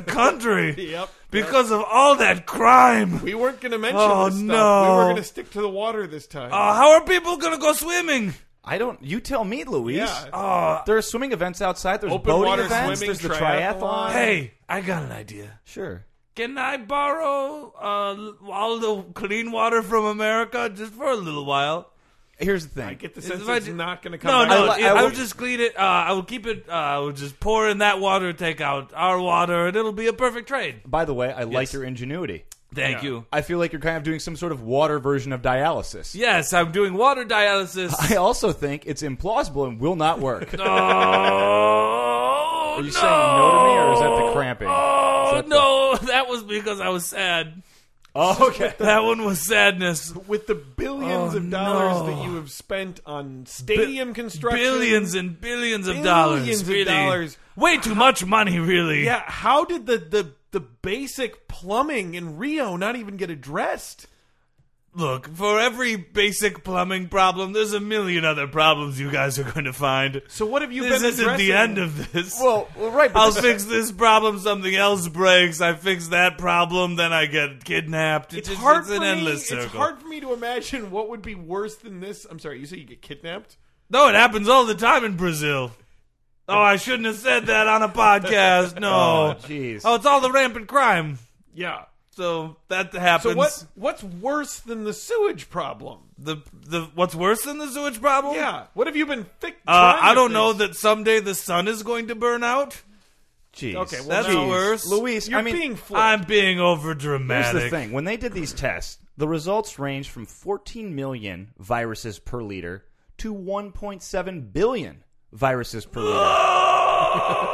[SPEAKER 1] (laughs)
[SPEAKER 2] country
[SPEAKER 1] Yep.
[SPEAKER 2] because of all that crime.
[SPEAKER 1] We weren't going to mention
[SPEAKER 2] Oh,
[SPEAKER 1] this stuff.
[SPEAKER 2] no.
[SPEAKER 1] We were going to stick to the water this time.
[SPEAKER 2] Uh, how are people gonna go swimming?
[SPEAKER 3] I don't. You tell me, Luis. Uh,
[SPEAKER 1] yeah.
[SPEAKER 2] Oh,
[SPEAKER 3] There are swimming events outside. There's
[SPEAKER 1] Open
[SPEAKER 3] boating
[SPEAKER 1] water
[SPEAKER 3] events.
[SPEAKER 1] swimming,
[SPEAKER 3] there's the
[SPEAKER 1] triathlon.
[SPEAKER 2] hey, I got an idea.
[SPEAKER 3] Sure.
[SPEAKER 2] Can I borrow uh, all the clean water from America just for a little while?
[SPEAKER 3] Here's the thing.
[SPEAKER 1] I get the
[SPEAKER 2] Is-
[SPEAKER 1] sense
[SPEAKER 2] if I
[SPEAKER 1] it's
[SPEAKER 2] ju-
[SPEAKER 1] not going to
[SPEAKER 2] No,
[SPEAKER 1] come
[SPEAKER 2] no.
[SPEAKER 1] back.
[SPEAKER 2] I,
[SPEAKER 3] li- I
[SPEAKER 2] I
[SPEAKER 3] will-
[SPEAKER 2] will just clean it. Uh, I will keep it. Uh, I will just pour in that water, take out our water, and it'll be a perfect trade.
[SPEAKER 3] By the way, I like your ingenuity.
[SPEAKER 2] Thank
[SPEAKER 1] Yeah.
[SPEAKER 2] you.
[SPEAKER 3] I feel like you're kind of doing some sort of water version of dialysis.
[SPEAKER 2] Yes, I'm doing
[SPEAKER 3] (laughs)
[SPEAKER 2] water dialysis.
[SPEAKER 3] I also think it's implausible and will not
[SPEAKER 1] (laughs)
[SPEAKER 3] work.
[SPEAKER 2] Oh,
[SPEAKER 3] Are you saying no to me, or is that the cramping?
[SPEAKER 2] Oh,
[SPEAKER 3] that the-
[SPEAKER 2] no, that was because I was sad.
[SPEAKER 3] Oh, okay.
[SPEAKER 2] That one was sadness.
[SPEAKER 1] With the billions
[SPEAKER 2] Oh,
[SPEAKER 1] of dollars
[SPEAKER 2] no.
[SPEAKER 1] that you have spent on stadium construction,
[SPEAKER 2] Billions and billions of
[SPEAKER 1] Billions
[SPEAKER 2] dollars.
[SPEAKER 1] of
[SPEAKER 2] really.
[SPEAKER 1] dollars.
[SPEAKER 2] Way too much money, really.
[SPEAKER 1] Yeah, how did the, the the basic plumbing in Rio not even get addressed?
[SPEAKER 2] Look, for every basic plumbing problem, there's a million other problems you guys are going to find.
[SPEAKER 1] So what have you
[SPEAKER 2] This
[SPEAKER 1] been
[SPEAKER 2] isn't the
[SPEAKER 1] addressing?
[SPEAKER 2] end of this.
[SPEAKER 3] Well, well, right.
[SPEAKER 2] (laughs) I'll
[SPEAKER 3] But this,
[SPEAKER 2] fix this problem, something else breaks. I fix that problem, then I get kidnapped.
[SPEAKER 1] It's
[SPEAKER 2] just-
[SPEAKER 1] hard
[SPEAKER 2] an
[SPEAKER 1] for
[SPEAKER 2] endless
[SPEAKER 1] me,
[SPEAKER 2] circle.
[SPEAKER 1] It's hard for me to imagine what would be worse than this. I'm sorry, you say you get kidnapped?
[SPEAKER 2] No, it happens all the time in Brazil. Oh, I shouldn't have said that on
[SPEAKER 1] (laughs)
[SPEAKER 2] a podcast. No.
[SPEAKER 3] Oh, jeez.
[SPEAKER 2] Oh, it's all the rampant crime.
[SPEAKER 1] Yeah.
[SPEAKER 2] So that happens.
[SPEAKER 1] So what what's worse than the sewage problem?
[SPEAKER 2] The the what's worse than the sewage problem?
[SPEAKER 1] Yeah. What have you been thick?
[SPEAKER 2] Oh. Uh, I don't know that someday the sun is going to burn out.
[SPEAKER 3] jeez.
[SPEAKER 1] Okay, well,
[SPEAKER 2] That's
[SPEAKER 1] now-
[SPEAKER 2] worse.
[SPEAKER 3] Luis,
[SPEAKER 1] You're
[SPEAKER 3] I mean,
[SPEAKER 1] being flipped.
[SPEAKER 2] (laughs) I'm being over
[SPEAKER 3] here's
[SPEAKER 2] dramatic.
[SPEAKER 3] the thing. When they did these tests, the results range from 14 million viruses per liter to 1.7 billion viruses per
[SPEAKER 1] (laughs)
[SPEAKER 3] liter.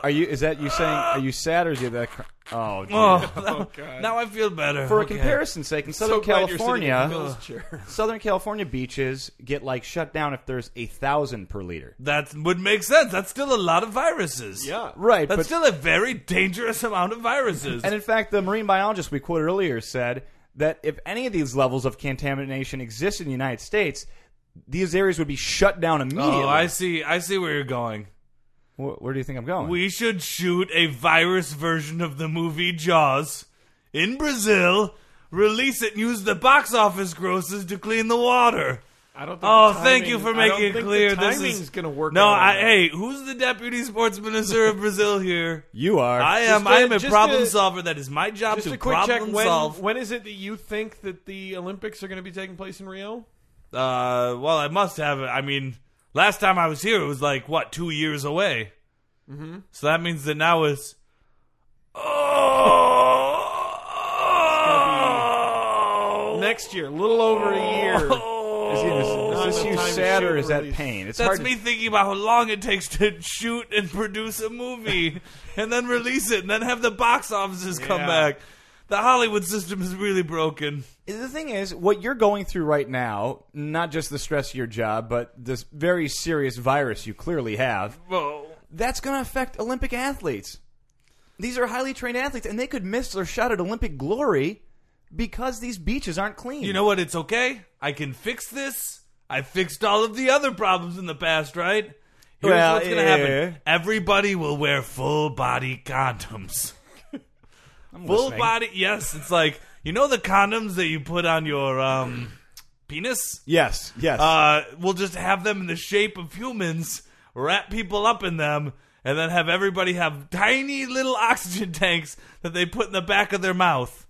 [SPEAKER 3] Are you? Is that you saying? Are you sad or is you that? Cr- oh, geez.
[SPEAKER 2] Oh,
[SPEAKER 1] (laughs)
[SPEAKER 2] (laughs)
[SPEAKER 1] Oh god.
[SPEAKER 2] now I feel better.
[SPEAKER 3] for a
[SPEAKER 2] Okay.
[SPEAKER 3] comparison's sake, in
[SPEAKER 1] so
[SPEAKER 3] Southern
[SPEAKER 1] glad you're sitting in
[SPEAKER 3] California,
[SPEAKER 1] Bill's (laughs) chair.
[SPEAKER 3] Southern California beaches get like shut down if there's a thousand per liter.
[SPEAKER 2] That would make sense. That's still a lot of viruses.
[SPEAKER 1] Yeah.
[SPEAKER 3] Right,
[SPEAKER 2] That's
[SPEAKER 3] but
[SPEAKER 2] still a very dangerous amount of viruses.
[SPEAKER 3] And in fact, the marine biologist we quoted earlier said that if any of these levels of contamination existed in the United States, these areas would be shut down immediately.
[SPEAKER 2] oh, I see. I see where you're going.
[SPEAKER 3] Wh- where, do you think I'm going?
[SPEAKER 2] We should shoot a virus version of the movie Jaws in Brazil, release it, and use the box office grosses to clean the water.
[SPEAKER 1] I don't think
[SPEAKER 2] Oh,
[SPEAKER 1] the
[SPEAKER 2] thank
[SPEAKER 1] timing-
[SPEAKER 2] you
[SPEAKER 1] I
[SPEAKER 2] for
[SPEAKER 1] don't
[SPEAKER 2] making it
[SPEAKER 1] think
[SPEAKER 2] clear.
[SPEAKER 1] The
[SPEAKER 2] this
[SPEAKER 1] timing's
[SPEAKER 2] is
[SPEAKER 1] gonna work.
[SPEAKER 2] No,
[SPEAKER 1] out on
[SPEAKER 2] I,
[SPEAKER 1] that.
[SPEAKER 2] hey, who's the deputy sports minister of Brazil here?
[SPEAKER 3] you are.
[SPEAKER 2] I uh, am.
[SPEAKER 1] Just
[SPEAKER 2] I
[SPEAKER 1] a-
[SPEAKER 2] am a
[SPEAKER 1] just
[SPEAKER 2] problem
[SPEAKER 1] a-
[SPEAKER 2] solver. That is my job
[SPEAKER 1] Just
[SPEAKER 2] to
[SPEAKER 1] a quick
[SPEAKER 2] problem
[SPEAKER 1] check. When
[SPEAKER 2] solve.
[SPEAKER 1] when is it that you think that the Olympics are going to be taking place in Rio?
[SPEAKER 2] Uh, well, I must have. I mean, last time I was here, it was like what two years away. Mm-hmm. So that means that now it's. Oh,
[SPEAKER 1] Next year, a little over a
[SPEAKER 2] (laughs)
[SPEAKER 1] year.
[SPEAKER 3] Is, is- is this
[SPEAKER 1] Not
[SPEAKER 3] you
[SPEAKER 1] enough time to
[SPEAKER 3] sad or
[SPEAKER 1] shoot
[SPEAKER 3] is that
[SPEAKER 1] release.
[SPEAKER 3] pain? It's
[SPEAKER 2] That's
[SPEAKER 3] hard.
[SPEAKER 2] me thinking about how long it takes to shoot and produce a movie, and then release it, and then have the box offices come
[SPEAKER 1] Yeah.
[SPEAKER 2] back. The Hollywood system is really broken.
[SPEAKER 3] The thing is, what you're going through right now, not just the stress of your job, but this very serious virus you clearly have,
[SPEAKER 2] Whoa.
[SPEAKER 3] that's going to affect Olympic athletes. These are highly trained athletes, and they could miss their shot at Olympic glory because these beaches aren't clean.
[SPEAKER 2] You know what? It's okay. I can fix this. I fixed all of the other problems in the past, right? Here's
[SPEAKER 3] Well,
[SPEAKER 2] what's gonna
[SPEAKER 3] yeah.
[SPEAKER 2] happen. Everybody will wear full body
[SPEAKER 3] (laughs)
[SPEAKER 2] condoms. full
[SPEAKER 3] listening.
[SPEAKER 2] body yes, it's like you know the condoms that you put on your um penis?
[SPEAKER 3] Yes, yes.
[SPEAKER 2] Uh we'll just have them in the shape of humans, wrap people up in them, and then have everybody have tiny little oxygen tanks that they put in the back of their mouth.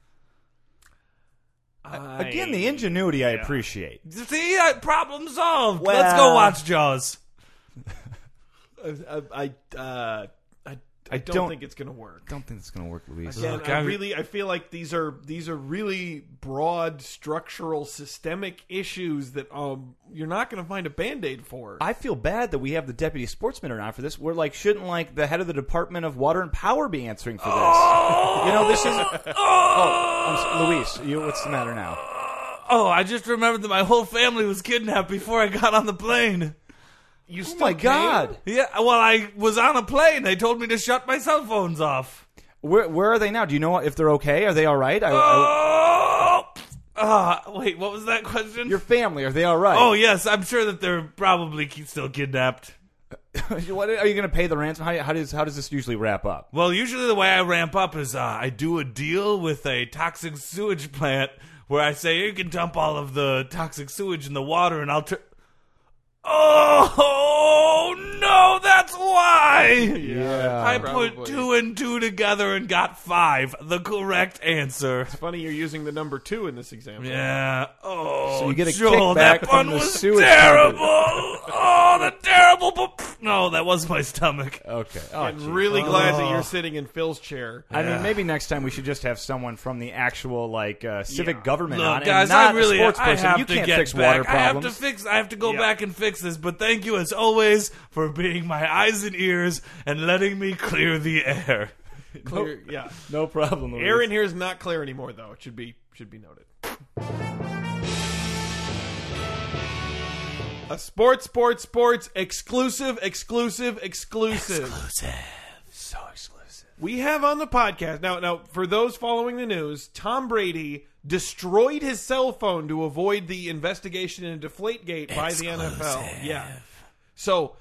[SPEAKER 3] Again, the ingenuity I appreciate.
[SPEAKER 2] See, I, problem solved. Let's
[SPEAKER 3] Well-
[SPEAKER 2] go watch Jaws.
[SPEAKER 1] I I, uh, I I don't,
[SPEAKER 3] don't-
[SPEAKER 1] think it's going to work.
[SPEAKER 3] don't think it's going to work, Luis.
[SPEAKER 1] Again,
[SPEAKER 2] Ugh,
[SPEAKER 1] I
[SPEAKER 2] I-
[SPEAKER 1] really I feel like these are these are really broad structural systemic issues that um you're not going to find a band-aid for.
[SPEAKER 3] I feel bad that we have the deputy sportsman around for this. We're like, shouldn't like the head of the Department of Water and Power be answering for this? you know, this is. Oh, I'm s- Luis, you, what's the matter now?
[SPEAKER 2] Oh, I just remembered that my whole family was kidnapped before I got on the plane.
[SPEAKER 1] you
[SPEAKER 3] Oh
[SPEAKER 1] still
[SPEAKER 3] my
[SPEAKER 1] can?
[SPEAKER 3] God,
[SPEAKER 2] Yeah, well, I was on a plane. They told me to shut my cell phones off.
[SPEAKER 3] where where are they now? Do you know if they're okay? Are they all right? I, I,
[SPEAKER 2] Oh, Ah, wait, what was that question?
[SPEAKER 3] your family, are they all right? (laughs)
[SPEAKER 2] oh, yes, I'm sure that they're probably ki- still kidnapped.
[SPEAKER 3] what, are you going to pay the ransom? How, how does how does this usually wrap up?
[SPEAKER 2] Well, usually the way I ramp up is uh, I do a deal with a toxic sewage plant where I say, you can dump all of the toxic sewage in the water and I'll turn. Oh, no, that's why!
[SPEAKER 3] Yeah.
[SPEAKER 2] I
[SPEAKER 1] probably.
[SPEAKER 2] put two and two together and got five. The correct answer.
[SPEAKER 1] Funny you're using the number 2 in this example.
[SPEAKER 2] Yeah. Oh,
[SPEAKER 3] So you get a
[SPEAKER 2] Joel,
[SPEAKER 3] kickback
[SPEAKER 2] that
[SPEAKER 3] from
[SPEAKER 2] one
[SPEAKER 3] the
[SPEAKER 2] was
[SPEAKER 3] sewage
[SPEAKER 2] terrible. oh, the terrible. bu- No, that was my stomach.
[SPEAKER 3] Okay. Oh,
[SPEAKER 1] I'm
[SPEAKER 3] gee.
[SPEAKER 1] really glad
[SPEAKER 2] Oh.
[SPEAKER 1] that you're sitting in Phil's chair.
[SPEAKER 3] I mean, maybe next time we should just have someone from the actual like uh, civic
[SPEAKER 1] Yeah.
[SPEAKER 3] government on
[SPEAKER 2] Look,
[SPEAKER 3] it,
[SPEAKER 2] guys,
[SPEAKER 3] and not
[SPEAKER 2] I really
[SPEAKER 3] a sports
[SPEAKER 2] I
[SPEAKER 3] person.
[SPEAKER 2] have
[SPEAKER 3] you
[SPEAKER 2] to
[SPEAKER 3] can't
[SPEAKER 2] get
[SPEAKER 3] fix
[SPEAKER 2] back.
[SPEAKER 3] water
[SPEAKER 2] I have
[SPEAKER 3] problems.
[SPEAKER 2] to fix. I have to go
[SPEAKER 1] Yeah.
[SPEAKER 2] back and fix this. But thank you, as always, for being my eyes and ears and letting me clear the air.
[SPEAKER 1] Clear, yeah.
[SPEAKER 3] no problem. Luis.
[SPEAKER 1] Air in here is not clear anymore though. It should be should be noted. A sports, sports, sports exclusive, exclusive, exclusive.
[SPEAKER 3] so exclusive.
[SPEAKER 1] We have on the podcast now. Now, for those following the news, Tom Brady destroyed his cell phone to avoid the investigation into Deflategate by the NFL. Yeah, so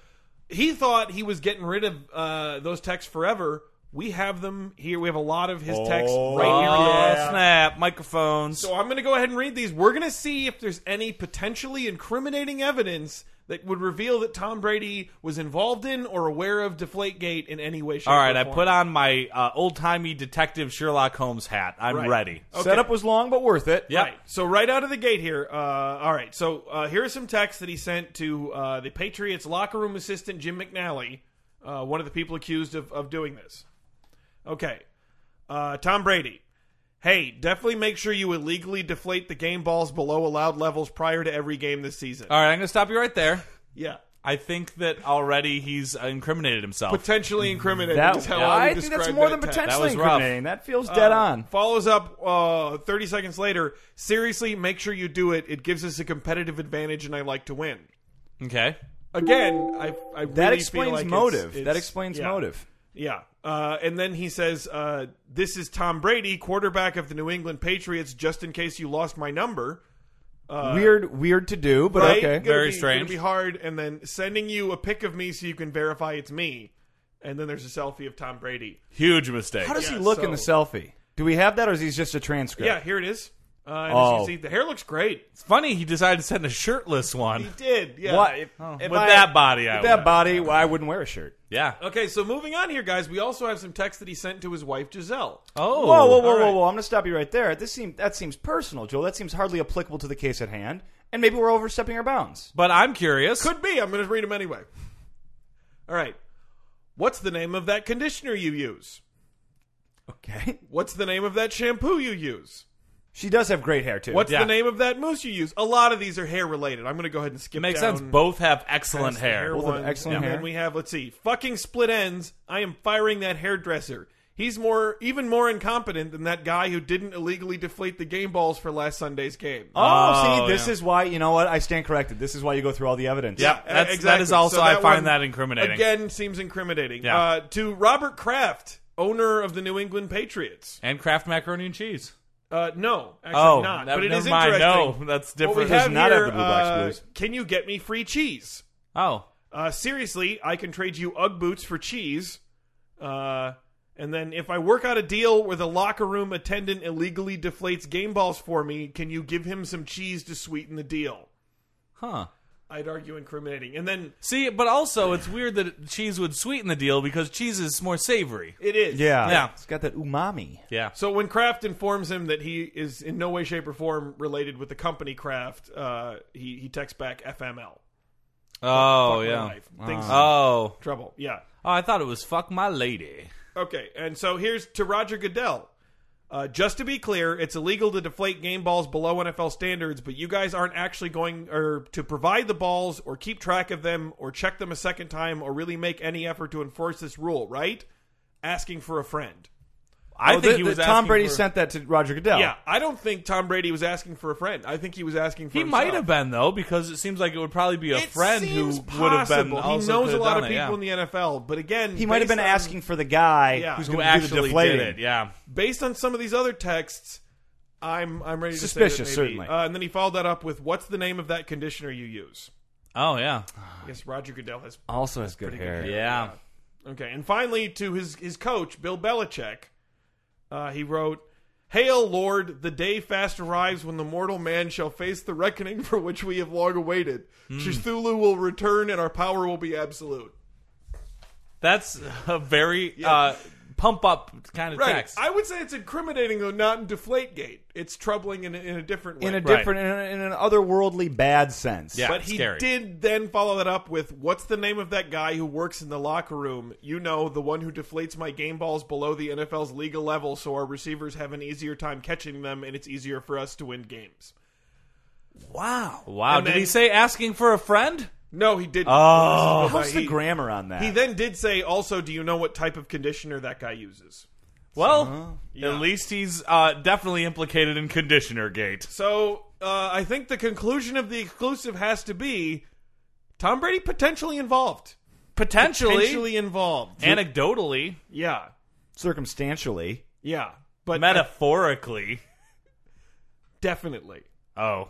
[SPEAKER 1] he thought he was getting rid of uh, those texts forever. We have them here. We have a lot of his texts
[SPEAKER 3] Oh,
[SPEAKER 1] right here. in the
[SPEAKER 2] Oh,
[SPEAKER 1] last-
[SPEAKER 2] snap! Microphones.
[SPEAKER 1] So I'm going to go ahead and read these. We're going to see if there's any potentially incriminating evidence that would reveal that Tom Brady was involved in or aware of Deflategate in any way. Shape,
[SPEAKER 2] All right,
[SPEAKER 1] or
[SPEAKER 2] I
[SPEAKER 1] form.
[SPEAKER 2] put on my uh, old timey detective Sherlock Holmes hat. I'm
[SPEAKER 1] Right.
[SPEAKER 2] ready.
[SPEAKER 1] Okay.
[SPEAKER 3] Setup was long but worth it.
[SPEAKER 2] Yep.
[SPEAKER 1] Right. So right out of the gate here. Uh, all right. So uh, here are some texts that he sent to uh, the Patriots locker room assistant Jim McNally, uh, one of the people accused of, of doing this. Okay. Uh, Tom Brady. Hey, definitely make sure you illegally deflate the game balls below allowed levels prior to every game this season.
[SPEAKER 3] Uh,
[SPEAKER 2] All right, I'm going to stop you right there.
[SPEAKER 1] yeah.
[SPEAKER 2] I think that already he's incriminated himself.
[SPEAKER 1] Potentially incriminating.
[SPEAKER 3] That,
[SPEAKER 1] is how I, would
[SPEAKER 3] I think that's
[SPEAKER 1] describe
[SPEAKER 3] more
[SPEAKER 1] that
[SPEAKER 3] than
[SPEAKER 1] text.
[SPEAKER 2] That
[SPEAKER 3] potentially
[SPEAKER 2] was rough. Uh,
[SPEAKER 3] incriminating. That feels dead on.
[SPEAKER 1] Follows up uh, 30 seconds later. Seriously, make sure you do it. It gives us a competitive advantage, and I like to win.
[SPEAKER 2] Okay.
[SPEAKER 1] again, I, I really
[SPEAKER 3] That
[SPEAKER 1] feel
[SPEAKER 3] explains
[SPEAKER 1] like it's-
[SPEAKER 3] motive.
[SPEAKER 1] it's-
[SPEAKER 3] that explains
[SPEAKER 1] yeah,
[SPEAKER 3] motive.
[SPEAKER 1] Yeah. Uh, and then he says, uh, "This is Tom Brady, quarterback of the New England Patriots. Just in case you lost my number,
[SPEAKER 2] Uh,
[SPEAKER 3] weird, weird to do, but
[SPEAKER 1] right?
[SPEAKER 3] okay.
[SPEAKER 1] Gonna
[SPEAKER 2] Very
[SPEAKER 1] be-
[SPEAKER 2] strange.
[SPEAKER 1] Gonna be hard. And then sending you a pic of me so you can verify it's me. And then there's a selfie of Tom Brady.
[SPEAKER 2] Huge mistake.
[SPEAKER 3] How does
[SPEAKER 1] Yeah,
[SPEAKER 3] he look in the
[SPEAKER 1] so-
[SPEAKER 3] selfie? Do we have that, or is he just a transcript?
[SPEAKER 1] Yeah, here it is. Uh, and as
[SPEAKER 3] Oh.
[SPEAKER 1] you see, the hair looks great.
[SPEAKER 2] it's funny he decided to send a shirtless
[SPEAKER 1] He
[SPEAKER 2] one.
[SPEAKER 1] did. Yeah.
[SPEAKER 3] What? If, if
[SPEAKER 2] With
[SPEAKER 3] I-
[SPEAKER 2] that body, I
[SPEAKER 3] With that
[SPEAKER 2] would.
[SPEAKER 3] body, well, I wouldn't wear a shirt.
[SPEAKER 2] Yeah.
[SPEAKER 1] Okay, so moving on here, guys. We also have some text that he sent to his wife Giselle.
[SPEAKER 2] Oh.
[SPEAKER 3] Whoa, whoa, whoa,
[SPEAKER 1] all
[SPEAKER 3] whoa,
[SPEAKER 1] right.
[SPEAKER 3] whoa! I'm going to stop you right there. This seems that seems personal, Joel. That seems hardly applicable to the case at hand, and maybe we're overstepping our bounds.
[SPEAKER 2] But I'm curious.
[SPEAKER 1] Could be. I'm going to read them anyway. All right. What's the name of that conditioner you use?
[SPEAKER 3] Okay,
[SPEAKER 1] What's the name of that shampoo you use?
[SPEAKER 3] she does have great hair too.
[SPEAKER 1] What's
[SPEAKER 2] Yeah.
[SPEAKER 1] the name of that mousse you use? A lot of these are hair related. I'm going to go ahead and skip.
[SPEAKER 2] it makes
[SPEAKER 1] down
[SPEAKER 2] sense. Both have
[SPEAKER 1] past
[SPEAKER 2] excellent
[SPEAKER 1] the
[SPEAKER 2] hair.
[SPEAKER 3] Both have
[SPEAKER 1] ones.
[SPEAKER 3] excellent
[SPEAKER 1] and
[SPEAKER 3] hair.
[SPEAKER 1] then we have. Let's see. Fucking split ends. I am firing that hairdresser. He's more, even more incompetent than that guy who didn't illegally deflate the game balls for last Sunday's game.
[SPEAKER 3] Oh,
[SPEAKER 2] Oh,
[SPEAKER 3] see, this
[SPEAKER 2] yeah.
[SPEAKER 3] is why you know what I stand corrected. This is why you go through all the evidence.
[SPEAKER 2] Yep.
[SPEAKER 1] Yeah,
[SPEAKER 2] That's, That
[SPEAKER 1] E, exactly.
[SPEAKER 2] is also,
[SPEAKER 1] So
[SPEAKER 2] I
[SPEAKER 1] that
[SPEAKER 2] find
[SPEAKER 1] one,
[SPEAKER 2] that incriminating.
[SPEAKER 1] Again, seems incriminating.
[SPEAKER 2] Yeah.
[SPEAKER 1] Uh, to Robert Kraft, owner of the New England Patriots.
[SPEAKER 2] And Kraft macaroni and cheese.
[SPEAKER 1] Uh, no, actually
[SPEAKER 2] Oh,
[SPEAKER 1] not.
[SPEAKER 2] that-
[SPEAKER 1] but it
[SPEAKER 2] never
[SPEAKER 1] is
[SPEAKER 2] mind.
[SPEAKER 1] interesting.
[SPEAKER 2] No, that's
[SPEAKER 1] What we
[SPEAKER 2] different.
[SPEAKER 1] have
[SPEAKER 3] not have
[SPEAKER 1] here,
[SPEAKER 3] the Blue Box
[SPEAKER 1] uh,
[SPEAKER 3] Blues.
[SPEAKER 1] can you get me free cheese?
[SPEAKER 2] oh.
[SPEAKER 1] Uh, seriously, I can trade you Ugg boots for cheese. Uh, and then if I work out a deal where the locker room attendant illegally deflates game balls for me, can you give him some cheese to sweeten the deal?
[SPEAKER 2] Huh.
[SPEAKER 1] I'd argue incriminating. And then
[SPEAKER 2] See, but also it's weird that cheese would sweeten the deal because cheese is more savory.
[SPEAKER 1] it is.
[SPEAKER 3] yeah,
[SPEAKER 2] Yeah.
[SPEAKER 3] It's got that umami.
[SPEAKER 2] Yeah.
[SPEAKER 1] So when Kraft informs him that he is in no way, shape, or form related with the company Kraft, uh, he he texts back FML.
[SPEAKER 2] Oh
[SPEAKER 1] Fuck my
[SPEAKER 2] yeah.
[SPEAKER 1] life. Things
[SPEAKER 2] Oh.
[SPEAKER 1] trouble. Yeah.
[SPEAKER 2] oh, I thought it was fuck my lady.
[SPEAKER 1] Okay, and so here's to Roger Goodell. Uh, just to be clear, it's illegal to deflate game balls below NFL standards, but you guys aren't actually going or to provide the balls or keep track of them or check them a second time or really make any effort to enforce this rule, right? Asking for a friend.
[SPEAKER 2] I
[SPEAKER 3] Oh,
[SPEAKER 2] think
[SPEAKER 3] the-
[SPEAKER 2] he
[SPEAKER 3] the-
[SPEAKER 2] was
[SPEAKER 3] Tom
[SPEAKER 2] asking
[SPEAKER 3] Brady
[SPEAKER 2] for-
[SPEAKER 3] sent that to Roger
[SPEAKER 2] Oh.
[SPEAKER 3] Goodell.
[SPEAKER 1] Yeah, I don't think Tom Brady was asking for a friend. I think he was asking for
[SPEAKER 2] He
[SPEAKER 1] himself.
[SPEAKER 2] might have been though, because it seems like it would probably be a
[SPEAKER 1] It
[SPEAKER 2] friend who
[SPEAKER 1] seems
[SPEAKER 2] would have been.
[SPEAKER 1] possible.
[SPEAKER 2] also
[SPEAKER 1] he knows a
[SPEAKER 2] could've
[SPEAKER 1] lot
[SPEAKER 2] done
[SPEAKER 1] of
[SPEAKER 2] it,
[SPEAKER 1] people
[SPEAKER 2] yeah.
[SPEAKER 1] in the NFL, but again,
[SPEAKER 3] He might have
[SPEAKER 1] based
[SPEAKER 3] been
[SPEAKER 1] on-
[SPEAKER 3] asking for the guy
[SPEAKER 1] Yeah.
[SPEAKER 3] who's
[SPEAKER 2] who
[SPEAKER 3] going to do the
[SPEAKER 2] actually
[SPEAKER 3] deflating.
[SPEAKER 2] did it. Yeah.
[SPEAKER 1] based on some of these other texts, I'm I'm ready to say
[SPEAKER 3] Suspicious,
[SPEAKER 1] that maybe.
[SPEAKER 3] certainly.
[SPEAKER 1] Uh, and then he followed that up with, "What's the name of that conditioner you use?"
[SPEAKER 2] Oh yeah.
[SPEAKER 1] Yes, Roger Goodell has.
[SPEAKER 3] Also has good
[SPEAKER 1] Pretty good
[SPEAKER 3] hair.
[SPEAKER 2] Yeah.
[SPEAKER 1] Okay, and finally to his his coach Bill Belichick, uh, he wrote. Hail, Lord, the day fast arrives when the mortal man shall face the reckoning (laughs) for which we have long awaited.
[SPEAKER 2] Hmm.
[SPEAKER 1] Cthulhu will return and our power will be absolute.
[SPEAKER 2] That's a very uh, pump up kind of
[SPEAKER 1] Right.
[SPEAKER 2] text.
[SPEAKER 1] I would say it's incriminating, though, not in Deflategate. It's troubling in a, in a different way.
[SPEAKER 3] In a
[SPEAKER 2] Right.
[SPEAKER 3] different, in, a, in an otherworldly bad sense.
[SPEAKER 2] Yeah.
[SPEAKER 1] But he
[SPEAKER 2] scary.
[SPEAKER 1] did then follow that up with what's the name of that guy who works in the locker room? You know, the one who deflates my game balls below the NFL's legal level so our receivers have an easier time catching them and it's easier for us to win games.
[SPEAKER 3] Wow.
[SPEAKER 2] wow.
[SPEAKER 1] and
[SPEAKER 2] Did
[SPEAKER 1] then-
[SPEAKER 2] he say asking for a friend?
[SPEAKER 1] No, he didn't.
[SPEAKER 3] Oh,
[SPEAKER 1] This is Bill
[SPEAKER 3] how's
[SPEAKER 1] Nye.
[SPEAKER 3] the grammar on that?
[SPEAKER 1] He, he then did say, also, do you know what type of conditioner that guy uses?
[SPEAKER 2] Well,
[SPEAKER 1] Yeah.
[SPEAKER 2] at least he's uh, definitely implicated in conditioner gate.
[SPEAKER 1] So uh, I think the conclusion of the exclusive has to be Tom Brady potentially involved.
[SPEAKER 2] Potentially,
[SPEAKER 1] Potentially involved.
[SPEAKER 2] anecdotally,
[SPEAKER 1] yeah.
[SPEAKER 3] Circumstantially,
[SPEAKER 1] Yeah. But
[SPEAKER 2] metaphorically.
[SPEAKER 1] definitely.
[SPEAKER 2] Oh.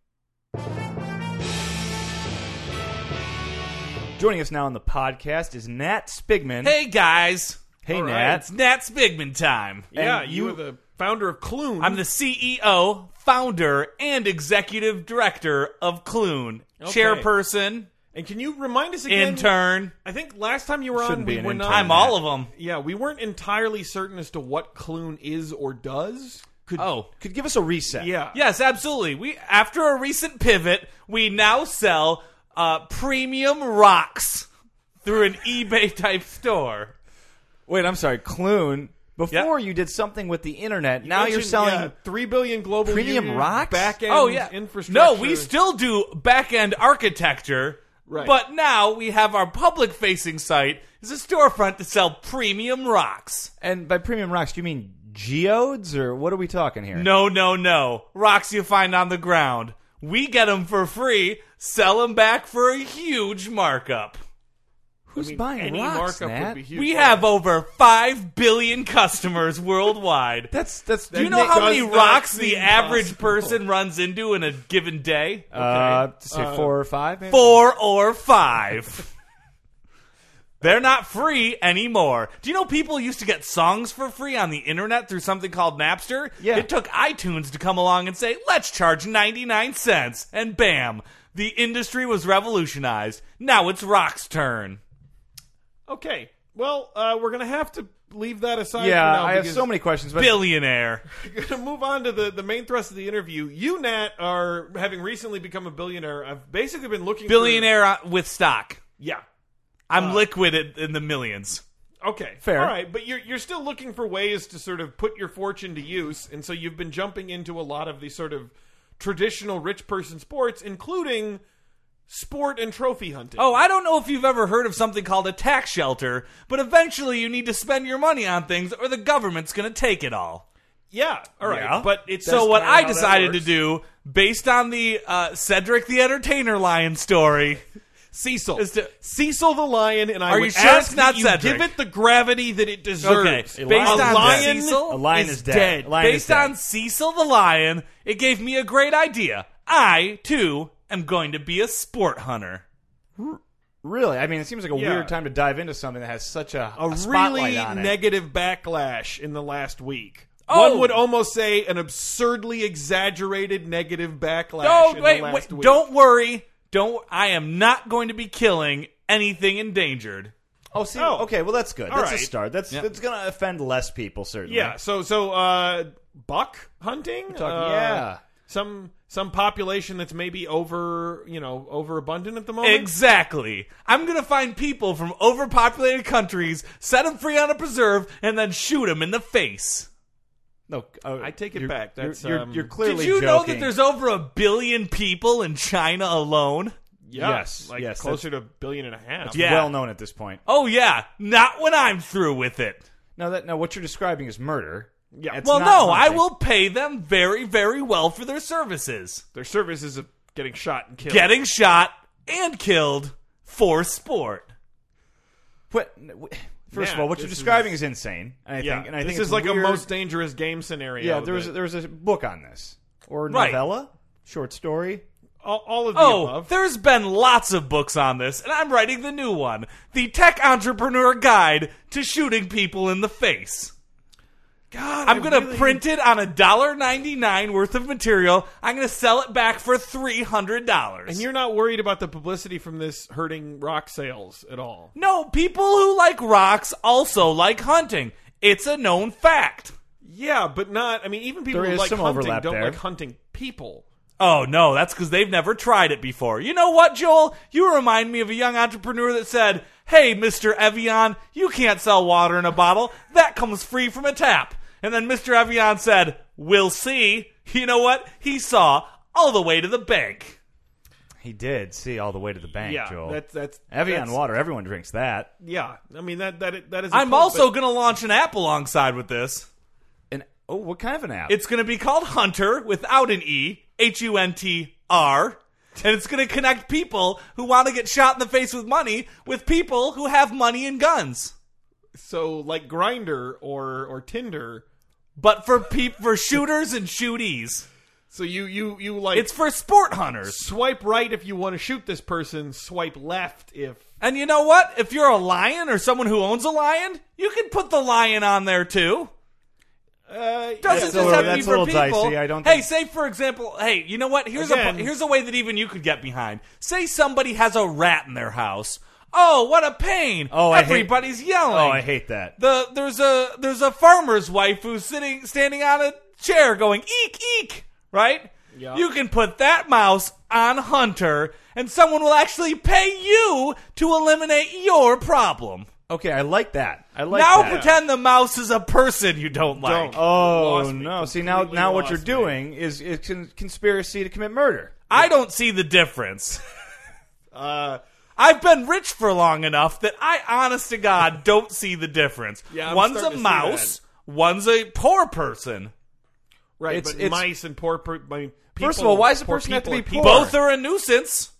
[SPEAKER 3] joining us now on the podcast is Nat Spigman.
[SPEAKER 2] Hey guys,
[SPEAKER 3] Hey,
[SPEAKER 1] All right.
[SPEAKER 3] Nat.
[SPEAKER 2] it's Nat Spigman time.
[SPEAKER 1] yeah,
[SPEAKER 3] And
[SPEAKER 1] you,
[SPEAKER 3] you-
[SPEAKER 1] were the founder of Clune.
[SPEAKER 2] I'm the CEO, founder, and executive director of Clune, chairperson,
[SPEAKER 1] and can you remind us again?
[SPEAKER 2] intern.
[SPEAKER 1] I think last time you were
[SPEAKER 3] Shouldn't
[SPEAKER 1] on,
[SPEAKER 3] be
[SPEAKER 1] we
[SPEAKER 3] an
[SPEAKER 1] were not.
[SPEAKER 3] intern.
[SPEAKER 2] I'm all of them.
[SPEAKER 1] Yeah, we weren't entirely certain as to what Clune is or does. Could,
[SPEAKER 2] Oh.
[SPEAKER 3] Could give us a reset.
[SPEAKER 1] yeah,
[SPEAKER 2] Yes, absolutely. We after a recent pivot, we now sell uh, premium rocks through an eBay (laughs) type store.
[SPEAKER 3] Wait, I'm sorry, Clune. Before you did something with the internet. now you're
[SPEAKER 1] Mentioned,
[SPEAKER 3] selling.
[SPEAKER 1] yeah, three billion global
[SPEAKER 3] premium
[SPEAKER 1] users,
[SPEAKER 3] rocks?
[SPEAKER 1] back-end
[SPEAKER 2] Oh yeah,
[SPEAKER 1] infrastructure.
[SPEAKER 2] No, we still do back end architecture.
[SPEAKER 1] Right.
[SPEAKER 2] But now we have our public facing site is a storefront to sell premium rocks.
[SPEAKER 3] And by premium rocks, do you mean geodes or what are we talking here?
[SPEAKER 2] No, no, no. Rocks you find on the ground. We get them for free, sell them back for a huge markup.
[SPEAKER 3] Who's
[SPEAKER 1] I mean,
[SPEAKER 3] buying
[SPEAKER 1] any
[SPEAKER 3] rocks,
[SPEAKER 1] markup
[SPEAKER 3] Nat?
[SPEAKER 1] would be huge.
[SPEAKER 2] We have over 5 billion customers (laughs) worldwide.
[SPEAKER 3] That's that's.
[SPEAKER 2] Do you know how many
[SPEAKER 1] does not
[SPEAKER 2] rocks the
[SPEAKER 1] seem
[SPEAKER 2] average
[SPEAKER 1] possible.
[SPEAKER 2] person runs into in a given day?
[SPEAKER 3] Uh, to say four or five, maybe?
[SPEAKER 2] Four or five. They're not free anymore. Do you know people used to get songs for free on the internet through something called Napster?
[SPEAKER 3] Yeah.
[SPEAKER 2] It took iTunes to come along and say, let's charge 99 cents. And bam, the industry was revolutionized. Now it's Rock's turn.
[SPEAKER 1] Okay, well, uh, we're gonna have to leave that aside.
[SPEAKER 3] Yeah,
[SPEAKER 1] for now
[SPEAKER 3] I have
[SPEAKER 1] because
[SPEAKER 3] so many questions. But
[SPEAKER 2] Billionaire.
[SPEAKER 1] (laughs) We're gonna move on to the the main thrust of the interview. You, Nat, are having recently become a billionaire. I've basically been looking
[SPEAKER 2] Billionaire uh, with stock.
[SPEAKER 1] For, yeah,
[SPEAKER 2] I'm liquid at, in the millions.
[SPEAKER 1] Okay,
[SPEAKER 3] Fair.
[SPEAKER 1] All right, but you're you're still looking for ways to sort of put your fortune to use, and so you've been jumping into a lot of the sort of traditional rich person sports, including sport and trophy hunting.
[SPEAKER 2] Oh, I don't know if you've ever heard of something called a tax shelter, but eventually you need to spend your money on things or the government's going to take it all.
[SPEAKER 1] yeah, all right,
[SPEAKER 2] Yeah.
[SPEAKER 1] but it's
[SPEAKER 2] so
[SPEAKER 1] that's
[SPEAKER 2] what
[SPEAKER 1] kinda how
[SPEAKER 2] I
[SPEAKER 1] that
[SPEAKER 2] decided to
[SPEAKER 1] works.
[SPEAKER 2] do based on the uh, Cedric the Entertainer lion story
[SPEAKER 1] Cecil.
[SPEAKER 2] It's di-
[SPEAKER 1] Cecil the lion, and I
[SPEAKER 2] Are
[SPEAKER 1] would
[SPEAKER 2] you sure
[SPEAKER 1] ask
[SPEAKER 2] it's not
[SPEAKER 1] that you
[SPEAKER 2] Cedric?
[SPEAKER 1] give it the gravity that it deserves.
[SPEAKER 2] Okay,
[SPEAKER 3] A
[SPEAKER 2] based
[SPEAKER 3] lion
[SPEAKER 2] on
[SPEAKER 3] is
[SPEAKER 1] lion-
[SPEAKER 2] Cecil,
[SPEAKER 3] A lion is dead. A lion is
[SPEAKER 2] based
[SPEAKER 3] dead.
[SPEAKER 2] on Cecil the lion, it gave me a great idea. I too am going to be a sport hunter.
[SPEAKER 3] Really? I mean, it seems like a
[SPEAKER 1] Yeah.
[SPEAKER 3] weird time to dive into something that has such a,
[SPEAKER 1] a
[SPEAKER 3] spotlight
[SPEAKER 1] really
[SPEAKER 3] on it.
[SPEAKER 1] negative backlash in the last week.
[SPEAKER 2] Oh.
[SPEAKER 1] One would almost say an absurdly exaggerated negative backlash.
[SPEAKER 2] Oh
[SPEAKER 1] in
[SPEAKER 2] wait,
[SPEAKER 1] the
[SPEAKER 2] wait
[SPEAKER 1] last week.
[SPEAKER 2] don't worry. Don't I am not going to be killing anything endangered.
[SPEAKER 3] oh, see,
[SPEAKER 1] Oh.
[SPEAKER 3] okay, well that's good. that's
[SPEAKER 1] right.
[SPEAKER 3] a start. That's that's gonna offend less people certainly.
[SPEAKER 1] Yeah. So so uh, buck hunting.
[SPEAKER 3] talking-
[SPEAKER 1] Uh,
[SPEAKER 3] yeah.
[SPEAKER 1] Some some population that's maybe over you know overabundant at the moment.
[SPEAKER 2] Exactly. I'm going to find people from overpopulated countries, set them free on a preserve, and then shoot them in the face.
[SPEAKER 3] No, uh,
[SPEAKER 1] I take it
[SPEAKER 3] you're-
[SPEAKER 1] back. That's,
[SPEAKER 3] you're, you're,
[SPEAKER 1] um,
[SPEAKER 3] you're
[SPEAKER 1] Did
[SPEAKER 3] clearly
[SPEAKER 2] Did you
[SPEAKER 3] joking.
[SPEAKER 2] know that there's over a billion people in China alone?
[SPEAKER 1] Yeah,
[SPEAKER 3] Yes,
[SPEAKER 1] Like
[SPEAKER 3] yes,
[SPEAKER 1] closer to a billion and a half.
[SPEAKER 2] Yeah.
[SPEAKER 3] well known at this point.
[SPEAKER 2] Oh, yeah. Not when I'm through with it.
[SPEAKER 3] No, that no, what you're describing is murder.
[SPEAKER 1] Yeah.
[SPEAKER 3] It's
[SPEAKER 2] well,
[SPEAKER 3] not
[SPEAKER 2] no, I
[SPEAKER 3] hunting.
[SPEAKER 2] will pay them very, very well for their services.
[SPEAKER 1] Their services of getting shot and killed.
[SPEAKER 2] Getting shot and killed for sport.
[SPEAKER 3] What, w- first of
[SPEAKER 1] Yeah,
[SPEAKER 3] all, what you're
[SPEAKER 1] this
[SPEAKER 3] describing is, insane. And I
[SPEAKER 1] Yeah.
[SPEAKER 3] think, and I
[SPEAKER 1] this
[SPEAKER 3] think
[SPEAKER 1] is
[SPEAKER 3] it's
[SPEAKER 1] like
[SPEAKER 3] weird.
[SPEAKER 1] a most dangerous game scenario.
[SPEAKER 3] Yeah, there was
[SPEAKER 1] that-
[SPEAKER 3] there was a book on this or
[SPEAKER 2] Right.
[SPEAKER 3] novella, short story.
[SPEAKER 1] all, all of the
[SPEAKER 2] Oh,
[SPEAKER 1] above.
[SPEAKER 2] there's been lots of books on this, and I'm writing the new one The Tech Entrepreneur Guide to Shooting People in the Face.
[SPEAKER 1] God,
[SPEAKER 2] I'm
[SPEAKER 1] I
[SPEAKER 2] gonna
[SPEAKER 1] really-
[SPEAKER 2] print it on a dollar ninety nine worth of material. I'm gonna sell it back for three hundred dollars.
[SPEAKER 1] And you're not worried about the publicity from this hurting rock sales at all.
[SPEAKER 2] no people who like rocks also like hunting. It's a known fact.
[SPEAKER 1] Yeah, but not. I mean, even people
[SPEAKER 3] There
[SPEAKER 1] who
[SPEAKER 3] is
[SPEAKER 1] like
[SPEAKER 3] some
[SPEAKER 1] hunting
[SPEAKER 3] overlap
[SPEAKER 1] don't
[SPEAKER 3] there.
[SPEAKER 1] like hunting people.
[SPEAKER 2] Oh no, that's because they've never tried it before. You know what, Joel? You remind me of a young entrepreneur that said, "Hey, Mister Evian, you can't sell water in a bottle. That comes free from a tap." And then Mister Evian said, "We'll see." You know what? He saw all the way to the bank.
[SPEAKER 3] He did see all the way to the bank,
[SPEAKER 1] Yeah,
[SPEAKER 3] Joel.
[SPEAKER 1] that's that's
[SPEAKER 3] Evian
[SPEAKER 1] that's-
[SPEAKER 3] water. Everyone drinks that.
[SPEAKER 1] Yeah, I mean that that that is. a
[SPEAKER 2] I'm
[SPEAKER 1] quote,
[SPEAKER 2] also
[SPEAKER 1] but
[SPEAKER 2] gonna launch an app alongside with this.
[SPEAKER 3] And oh, what kind of an app?
[SPEAKER 2] It's going to be called Hunter without an E, H U N T R. And it's going to connect people who want to get shot in the face with money with people who have money and guns.
[SPEAKER 1] so like Grinder or or Tinder.
[SPEAKER 2] But for peop for shooters and shooties,
[SPEAKER 1] So you you you like
[SPEAKER 2] it's for sport hunters.
[SPEAKER 1] swipe right if you want to shoot this person. Swipe left if
[SPEAKER 2] And you know what? If you're a lion or someone who owns a lion, you can put the lion on there too.
[SPEAKER 1] uh,
[SPEAKER 2] Doesn't
[SPEAKER 3] That's
[SPEAKER 2] just
[SPEAKER 3] a little-
[SPEAKER 2] have to be
[SPEAKER 3] that's a
[SPEAKER 2] for
[SPEAKER 3] little
[SPEAKER 2] people.
[SPEAKER 3] dicey. I don't
[SPEAKER 2] Hey,
[SPEAKER 3] think-
[SPEAKER 2] say for example, hey, you know what? Here's
[SPEAKER 1] Again-
[SPEAKER 2] a here's a way that even you could get behind. Say somebody has a rat in their house. Oh, what a pain!
[SPEAKER 3] Oh, I hate-
[SPEAKER 2] everybody's yelling.
[SPEAKER 3] oh, I hate that.
[SPEAKER 2] the there's a there's a farmer's wife who's sitting standing on a chair going eek eek right
[SPEAKER 1] Yeah.
[SPEAKER 2] you can put that mouse on hunter and someone will actually pay you to eliminate your problem
[SPEAKER 3] okay, I like that. I like
[SPEAKER 2] now
[SPEAKER 3] that.
[SPEAKER 2] pretend the mouse is a person you don't like
[SPEAKER 1] Don't.
[SPEAKER 3] Oh
[SPEAKER 1] Lost me.
[SPEAKER 3] no! See now,
[SPEAKER 1] Completely
[SPEAKER 3] now what you're
[SPEAKER 1] lost me.
[SPEAKER 3] doing is is con- conspiracy to commit murder.
[SPEAKER 2] i don't see the difference
[SPEAKER 1] uh,
[SPEAKER 2] I've been rich for long enough that I, honest
[SPEAKER 1] (laughs)
[SPEAKER 2] to God, don't see the difference.
[SPEAKER 1] Yeah, I'm
[SPEAKER 2] one's a
[SPEAKER 1] starting to see
[SPEAKER 2] mouse, one's a poor person.
[SPEAKER 1] right.
[SPEAKER 3] It's-
[SPEAKER 1] but
[SPEAKER 3] it's-
[SPEAKER 1] mice and poor. Per, I mean, people,
[SPEAKER 3] First of all, why does the
[SPEAKER 1] poor
[SPEAKER 3] person have to
[SPEAKER 1] people
[SPEAKER 3] be
[SPEAKER 1] people-
[SPEAKER 3] poor?
[SPEAKER 2] Both are a nuisance.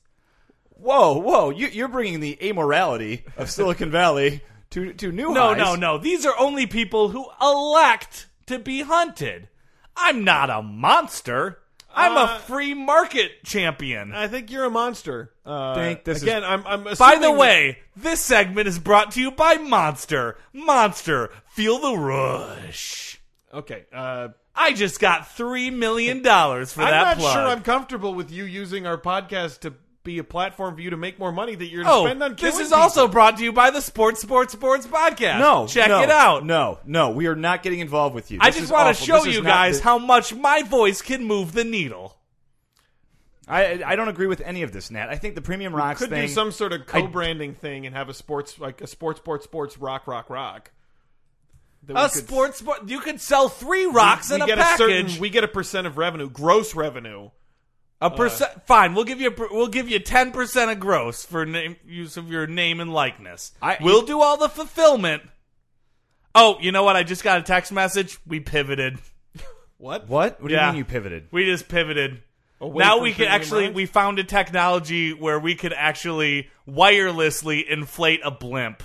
[SPEAKER 3] Whoa, whoa! You, you're bringing the amorality of Silicon Valley to to new
[SPEAKER 2] No,
[SPEAKER 3] highs.
[SPEAKER 2] no, no. These are only people who elect to be hunted. I'm not a monster. I'm
[SPEAKER 1] Uh,
[SPEAKER 2] a free market champion.
[SPEAKER 1] I think you're a monster. Uh,
[SPEAKER 3] Think this is-
[SPEAKER 1] again. I'm. I'm
[SPEAKER 2] By the
[SPEAKER 1] assuming-
[SPEAKER 2] way, this segment is brought to you by Monster. Monster, feel the rush.
[SPEAKER 1] Okay. Uh,
[SPEAKER 2] I just got $3 million dollars for
[SPEAKER 1] I'm
[SPEAKER 2] that
[SPEAKER 1] not
[SPEAKER 2] plug.
[SPEAKER 1] sure I'm comfortable with you using our podcast to be a platform for you to make more money that you're to
[SPEAKER 2] Oh,
[SPEAKER 1] spend on killing
[SPEAKER 2] this is
[SPEAKER 1] people.
[SPEAKER 2] also brought to you by the Sports Sports Sports Podcast.
[SPEAKER 3] No,
[SPEAKER 2] check
[SPEAKER 3] no,
[SPEAKER 2] it out.
[SPEAKER 3] No, no, we are not getting involved with you.
[SPEAKER 2] I
[SPEAKER 3] This
[SPEAKER 2] just
[SPEAKER 3] is
[SPEAKER 2] want to
[SPEAKER 3] awful.
[SPEAKER 2] show
[SPEAKER 3] This is
[SPEAKER 2] you
[SPEAKER 3] not
[SPEAKER 2] guys
[SPEAKER 3] the-
[SPEAKER 2] how much my voice can move the needle.
[SPEAKER 3] I I don't agree with any of this, Nat. I think the premium rocks
[SPEAKER 1] could
[SPEAKER 3] thing.
[SPEAKER 1] do some sort of co-branding thing and have a sports like a sports sports sports rock rock rock. That we
[SPEAKER 2] A
[SPEAKER 1] could-
[SPEAKER 2] sports sport. You could sell three rocks
[SPEAKER 1] we
[SPEAKER 2] in
[SPEAKER 1] get
[SPEAKER 2] a package.
[SPEAKER 1] A certain, we uh, get a percent of revenue, gross revenue.
[SPEAKER 2] a percent. fine, we'll give you. A, per- we'll give you ten percent of gross for name, use of your name and likeness.
[SPEAKER 3] I-
[SPEAKER 2] we'll do all the fulfillment. Oh, you know what? I just got a text message. We pivoted.
[SPEAKER 1] What?
[SPEAKER 3] What? What do
[SPEAKER 2] Yeah.
[SPEAKER 3] you mean you pivoted?
[SPEAKER 2] We just pivoted.
[SPEAKER 1] Away
[SPEAKER 2] now
[SPEAKER 1] from
[SPEAKER 2] we can
[SPEAKER 1] premium
[SPEAKER 2] actually
[SPEAKER 1] rides?
[SPEAKER 2] we found a technology where we could actually wirelessly inflate a blimp.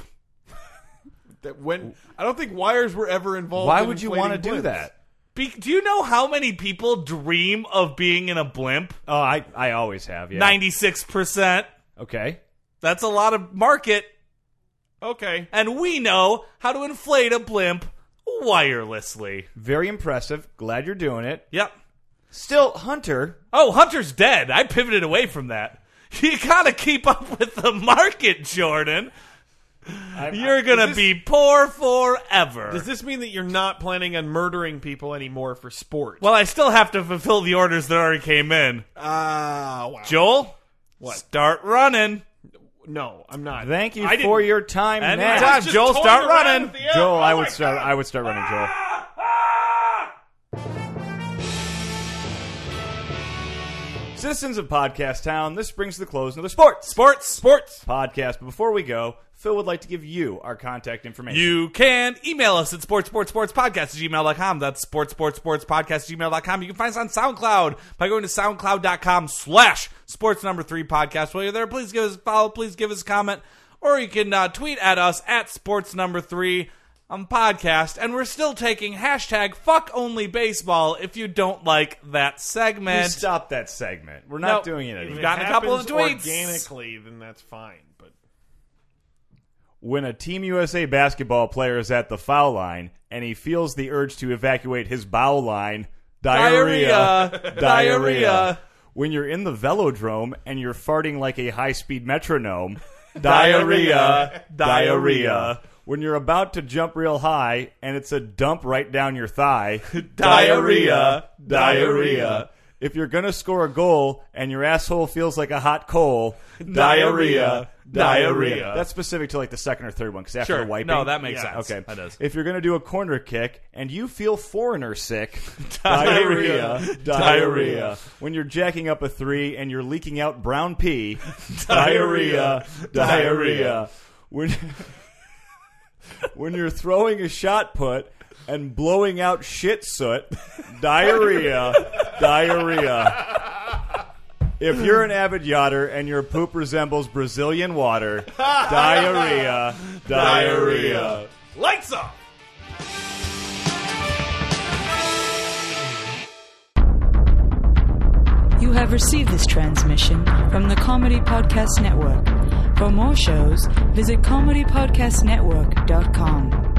[SPEAKER 1] that when I don't think wires were ever involved.
[SPEAKER 3] Why
[SPEAKER 1] in
[SPEAKER 3] would you
[SPEAKER 1] inflating
[SPEAKER 3] want to do
[SPEAKER 1] blimps.
[SPEAKER 3] that?
[SPEAKER 2] Be- do you know how many people dream of being in a blimp?
[SPEAKER 3] Oh, I, I always have. Yeah.
[SPEAKER 2] Ninety six percent.
[SPEAKER 3] Okay.
[SPEAKER 2] That's a lot of market,
[SPEAKER 1] Okay,
[SPEAKER 2] and we know how to inflate a blimp wirelessly.
[SPEAKER 3] Very impressive. Glad you're doing it.
[SPEAKER 2] Yep.
[SPEAKER 3] Still, Hunter.
[SPEAKER 2] Oh, Hunter's dead. I pivoted away from that. (laughs) You gotta keep up with the market, Jordan.
[SPEAKER 3] I'm-
[SPEAKER 2] You're gonna
[SPEAKER 1] this-
[SPEAKER 2] be poor forever.
[SPEAKER 1] does this mean that you're not planning on murdering people anymore for sport?
[SPEAKER 2] well, I still have to fulfill the orders that already came in.
[SPEAKER 1] Ah, wow.
[SPEAKER 2] Joel, what? Start running.
[SPEAKER 1] no, I'm not.
[SPEAKER 3] Thank you
[SPEAKER 2] I didn't-
[SPEAKER 3] for your time,
[SPEAKER 2] And
[SPEAKER 3] Matt.
[SPEAKER 2] time,
[SPEAKER 1] just
[SPEAKER 2] Joel,
[SPEAKER 1] toying
[SPEAKER 2] start
[SPEAKER 1] around
[SPEAKER 2] running.
[SPEAKER 1] at the end.
[SPEAKER 3] Joel,
[SPEAKER 1] Oh
[SPEAKER 3] I
[SPEAKER 1] my
[SPEAKER 3] would start. I would start running, Joel. Citizens of Podcast Town, this brings to the close another sports
[SPEAKER 2] Sports, sports.
[SPEAKER 3] podcast. But before we go, Phil would like to give you our contact information.
[SPEAKER 2] You can email us at sports, sports, sports podcast at gmail.com. That's sports, sports, sports podcast at gmail.com. You can find us on SoundCloud by going to soundcloud.com slash sports number three podcast. While you're there, please give us a follow. Please give us a comment. Or you can uh, tweet at us at sports number three on podcast. And we're still taking hashtag fuck only baseball if you don't like that
[SPEAKER 3] Please
[SPEAKER 2] segment.
[SPEAKER 3] stop that segment. We're not
[SPEAKER 2] No,
[SPEAKER 3] doing it
[SPEAKER 2] you've
[SPEAKER 3] anymore.
[SPEAKER 1] If it
[SPEAKER 2] gotten a couple of
[SPEAKER 1] happens
[SPEAKER 2] tweets.
[SPEAKER 1] organically, then that's fine. But
[SPEAKER 3] When a Team USA basketball player is at the foul line and he feels the urge to evacuate his bowel line, diarrhea,
[SPEAKER 2] Diarrhea. Diarrhea.
[SPEAKER 3] When you're in the velodrome and you're farting like a high speed metronome, diarrhea,
[SPEAKER 2] Diarrhea.
[SPEAKER 3] diarrhea. When you're about to jump real high and it's a dump right down your thigh,
[SPEAKER 2] Diarrhea.
[SPEAKER 3] diarrhea. If you're gonna score a goal and your asshole feels like a hot coal, diarrhea, diarrhea.
[SPEAKER 1] Diarrhea.
[SPEAKER 3] That's specific to like the second or third one because after
[SPEAKER 2] Sure.
[SPEAKER 3] the wiping,
[SPEAKER 2] No, that makes sense.
[SPEAKER 3] Okay,
[SPEAKER 2] That does.
[SPEAKER 3] If you're gonna do a corner kick and you feel foreigner
[SPEAKER 2] (laughs)
[SPEAKER 3] sick,
[SPEAKER 2] Diarrhea.
[SPEAKER 3] diarrhea, diarrhea. When you're jacking up a three and you're leaking out brown
[SPEAKER 2] (laughs)
[SPEAKER 3] pee, diarrhea, diarrhea. When when you're throwing a shot put and blowing out shit soot, (laughs) diarrhea, diarrhea. If you're an avid yachter and your poop resembles Brazilian water, diarrhea, diarrhea.
[SPEAKER 1] lights off.
[SPEAKER 4] You have received this transmission from the Comedy Podcast Network. For more shows, visit comedypodcastnetwork.com.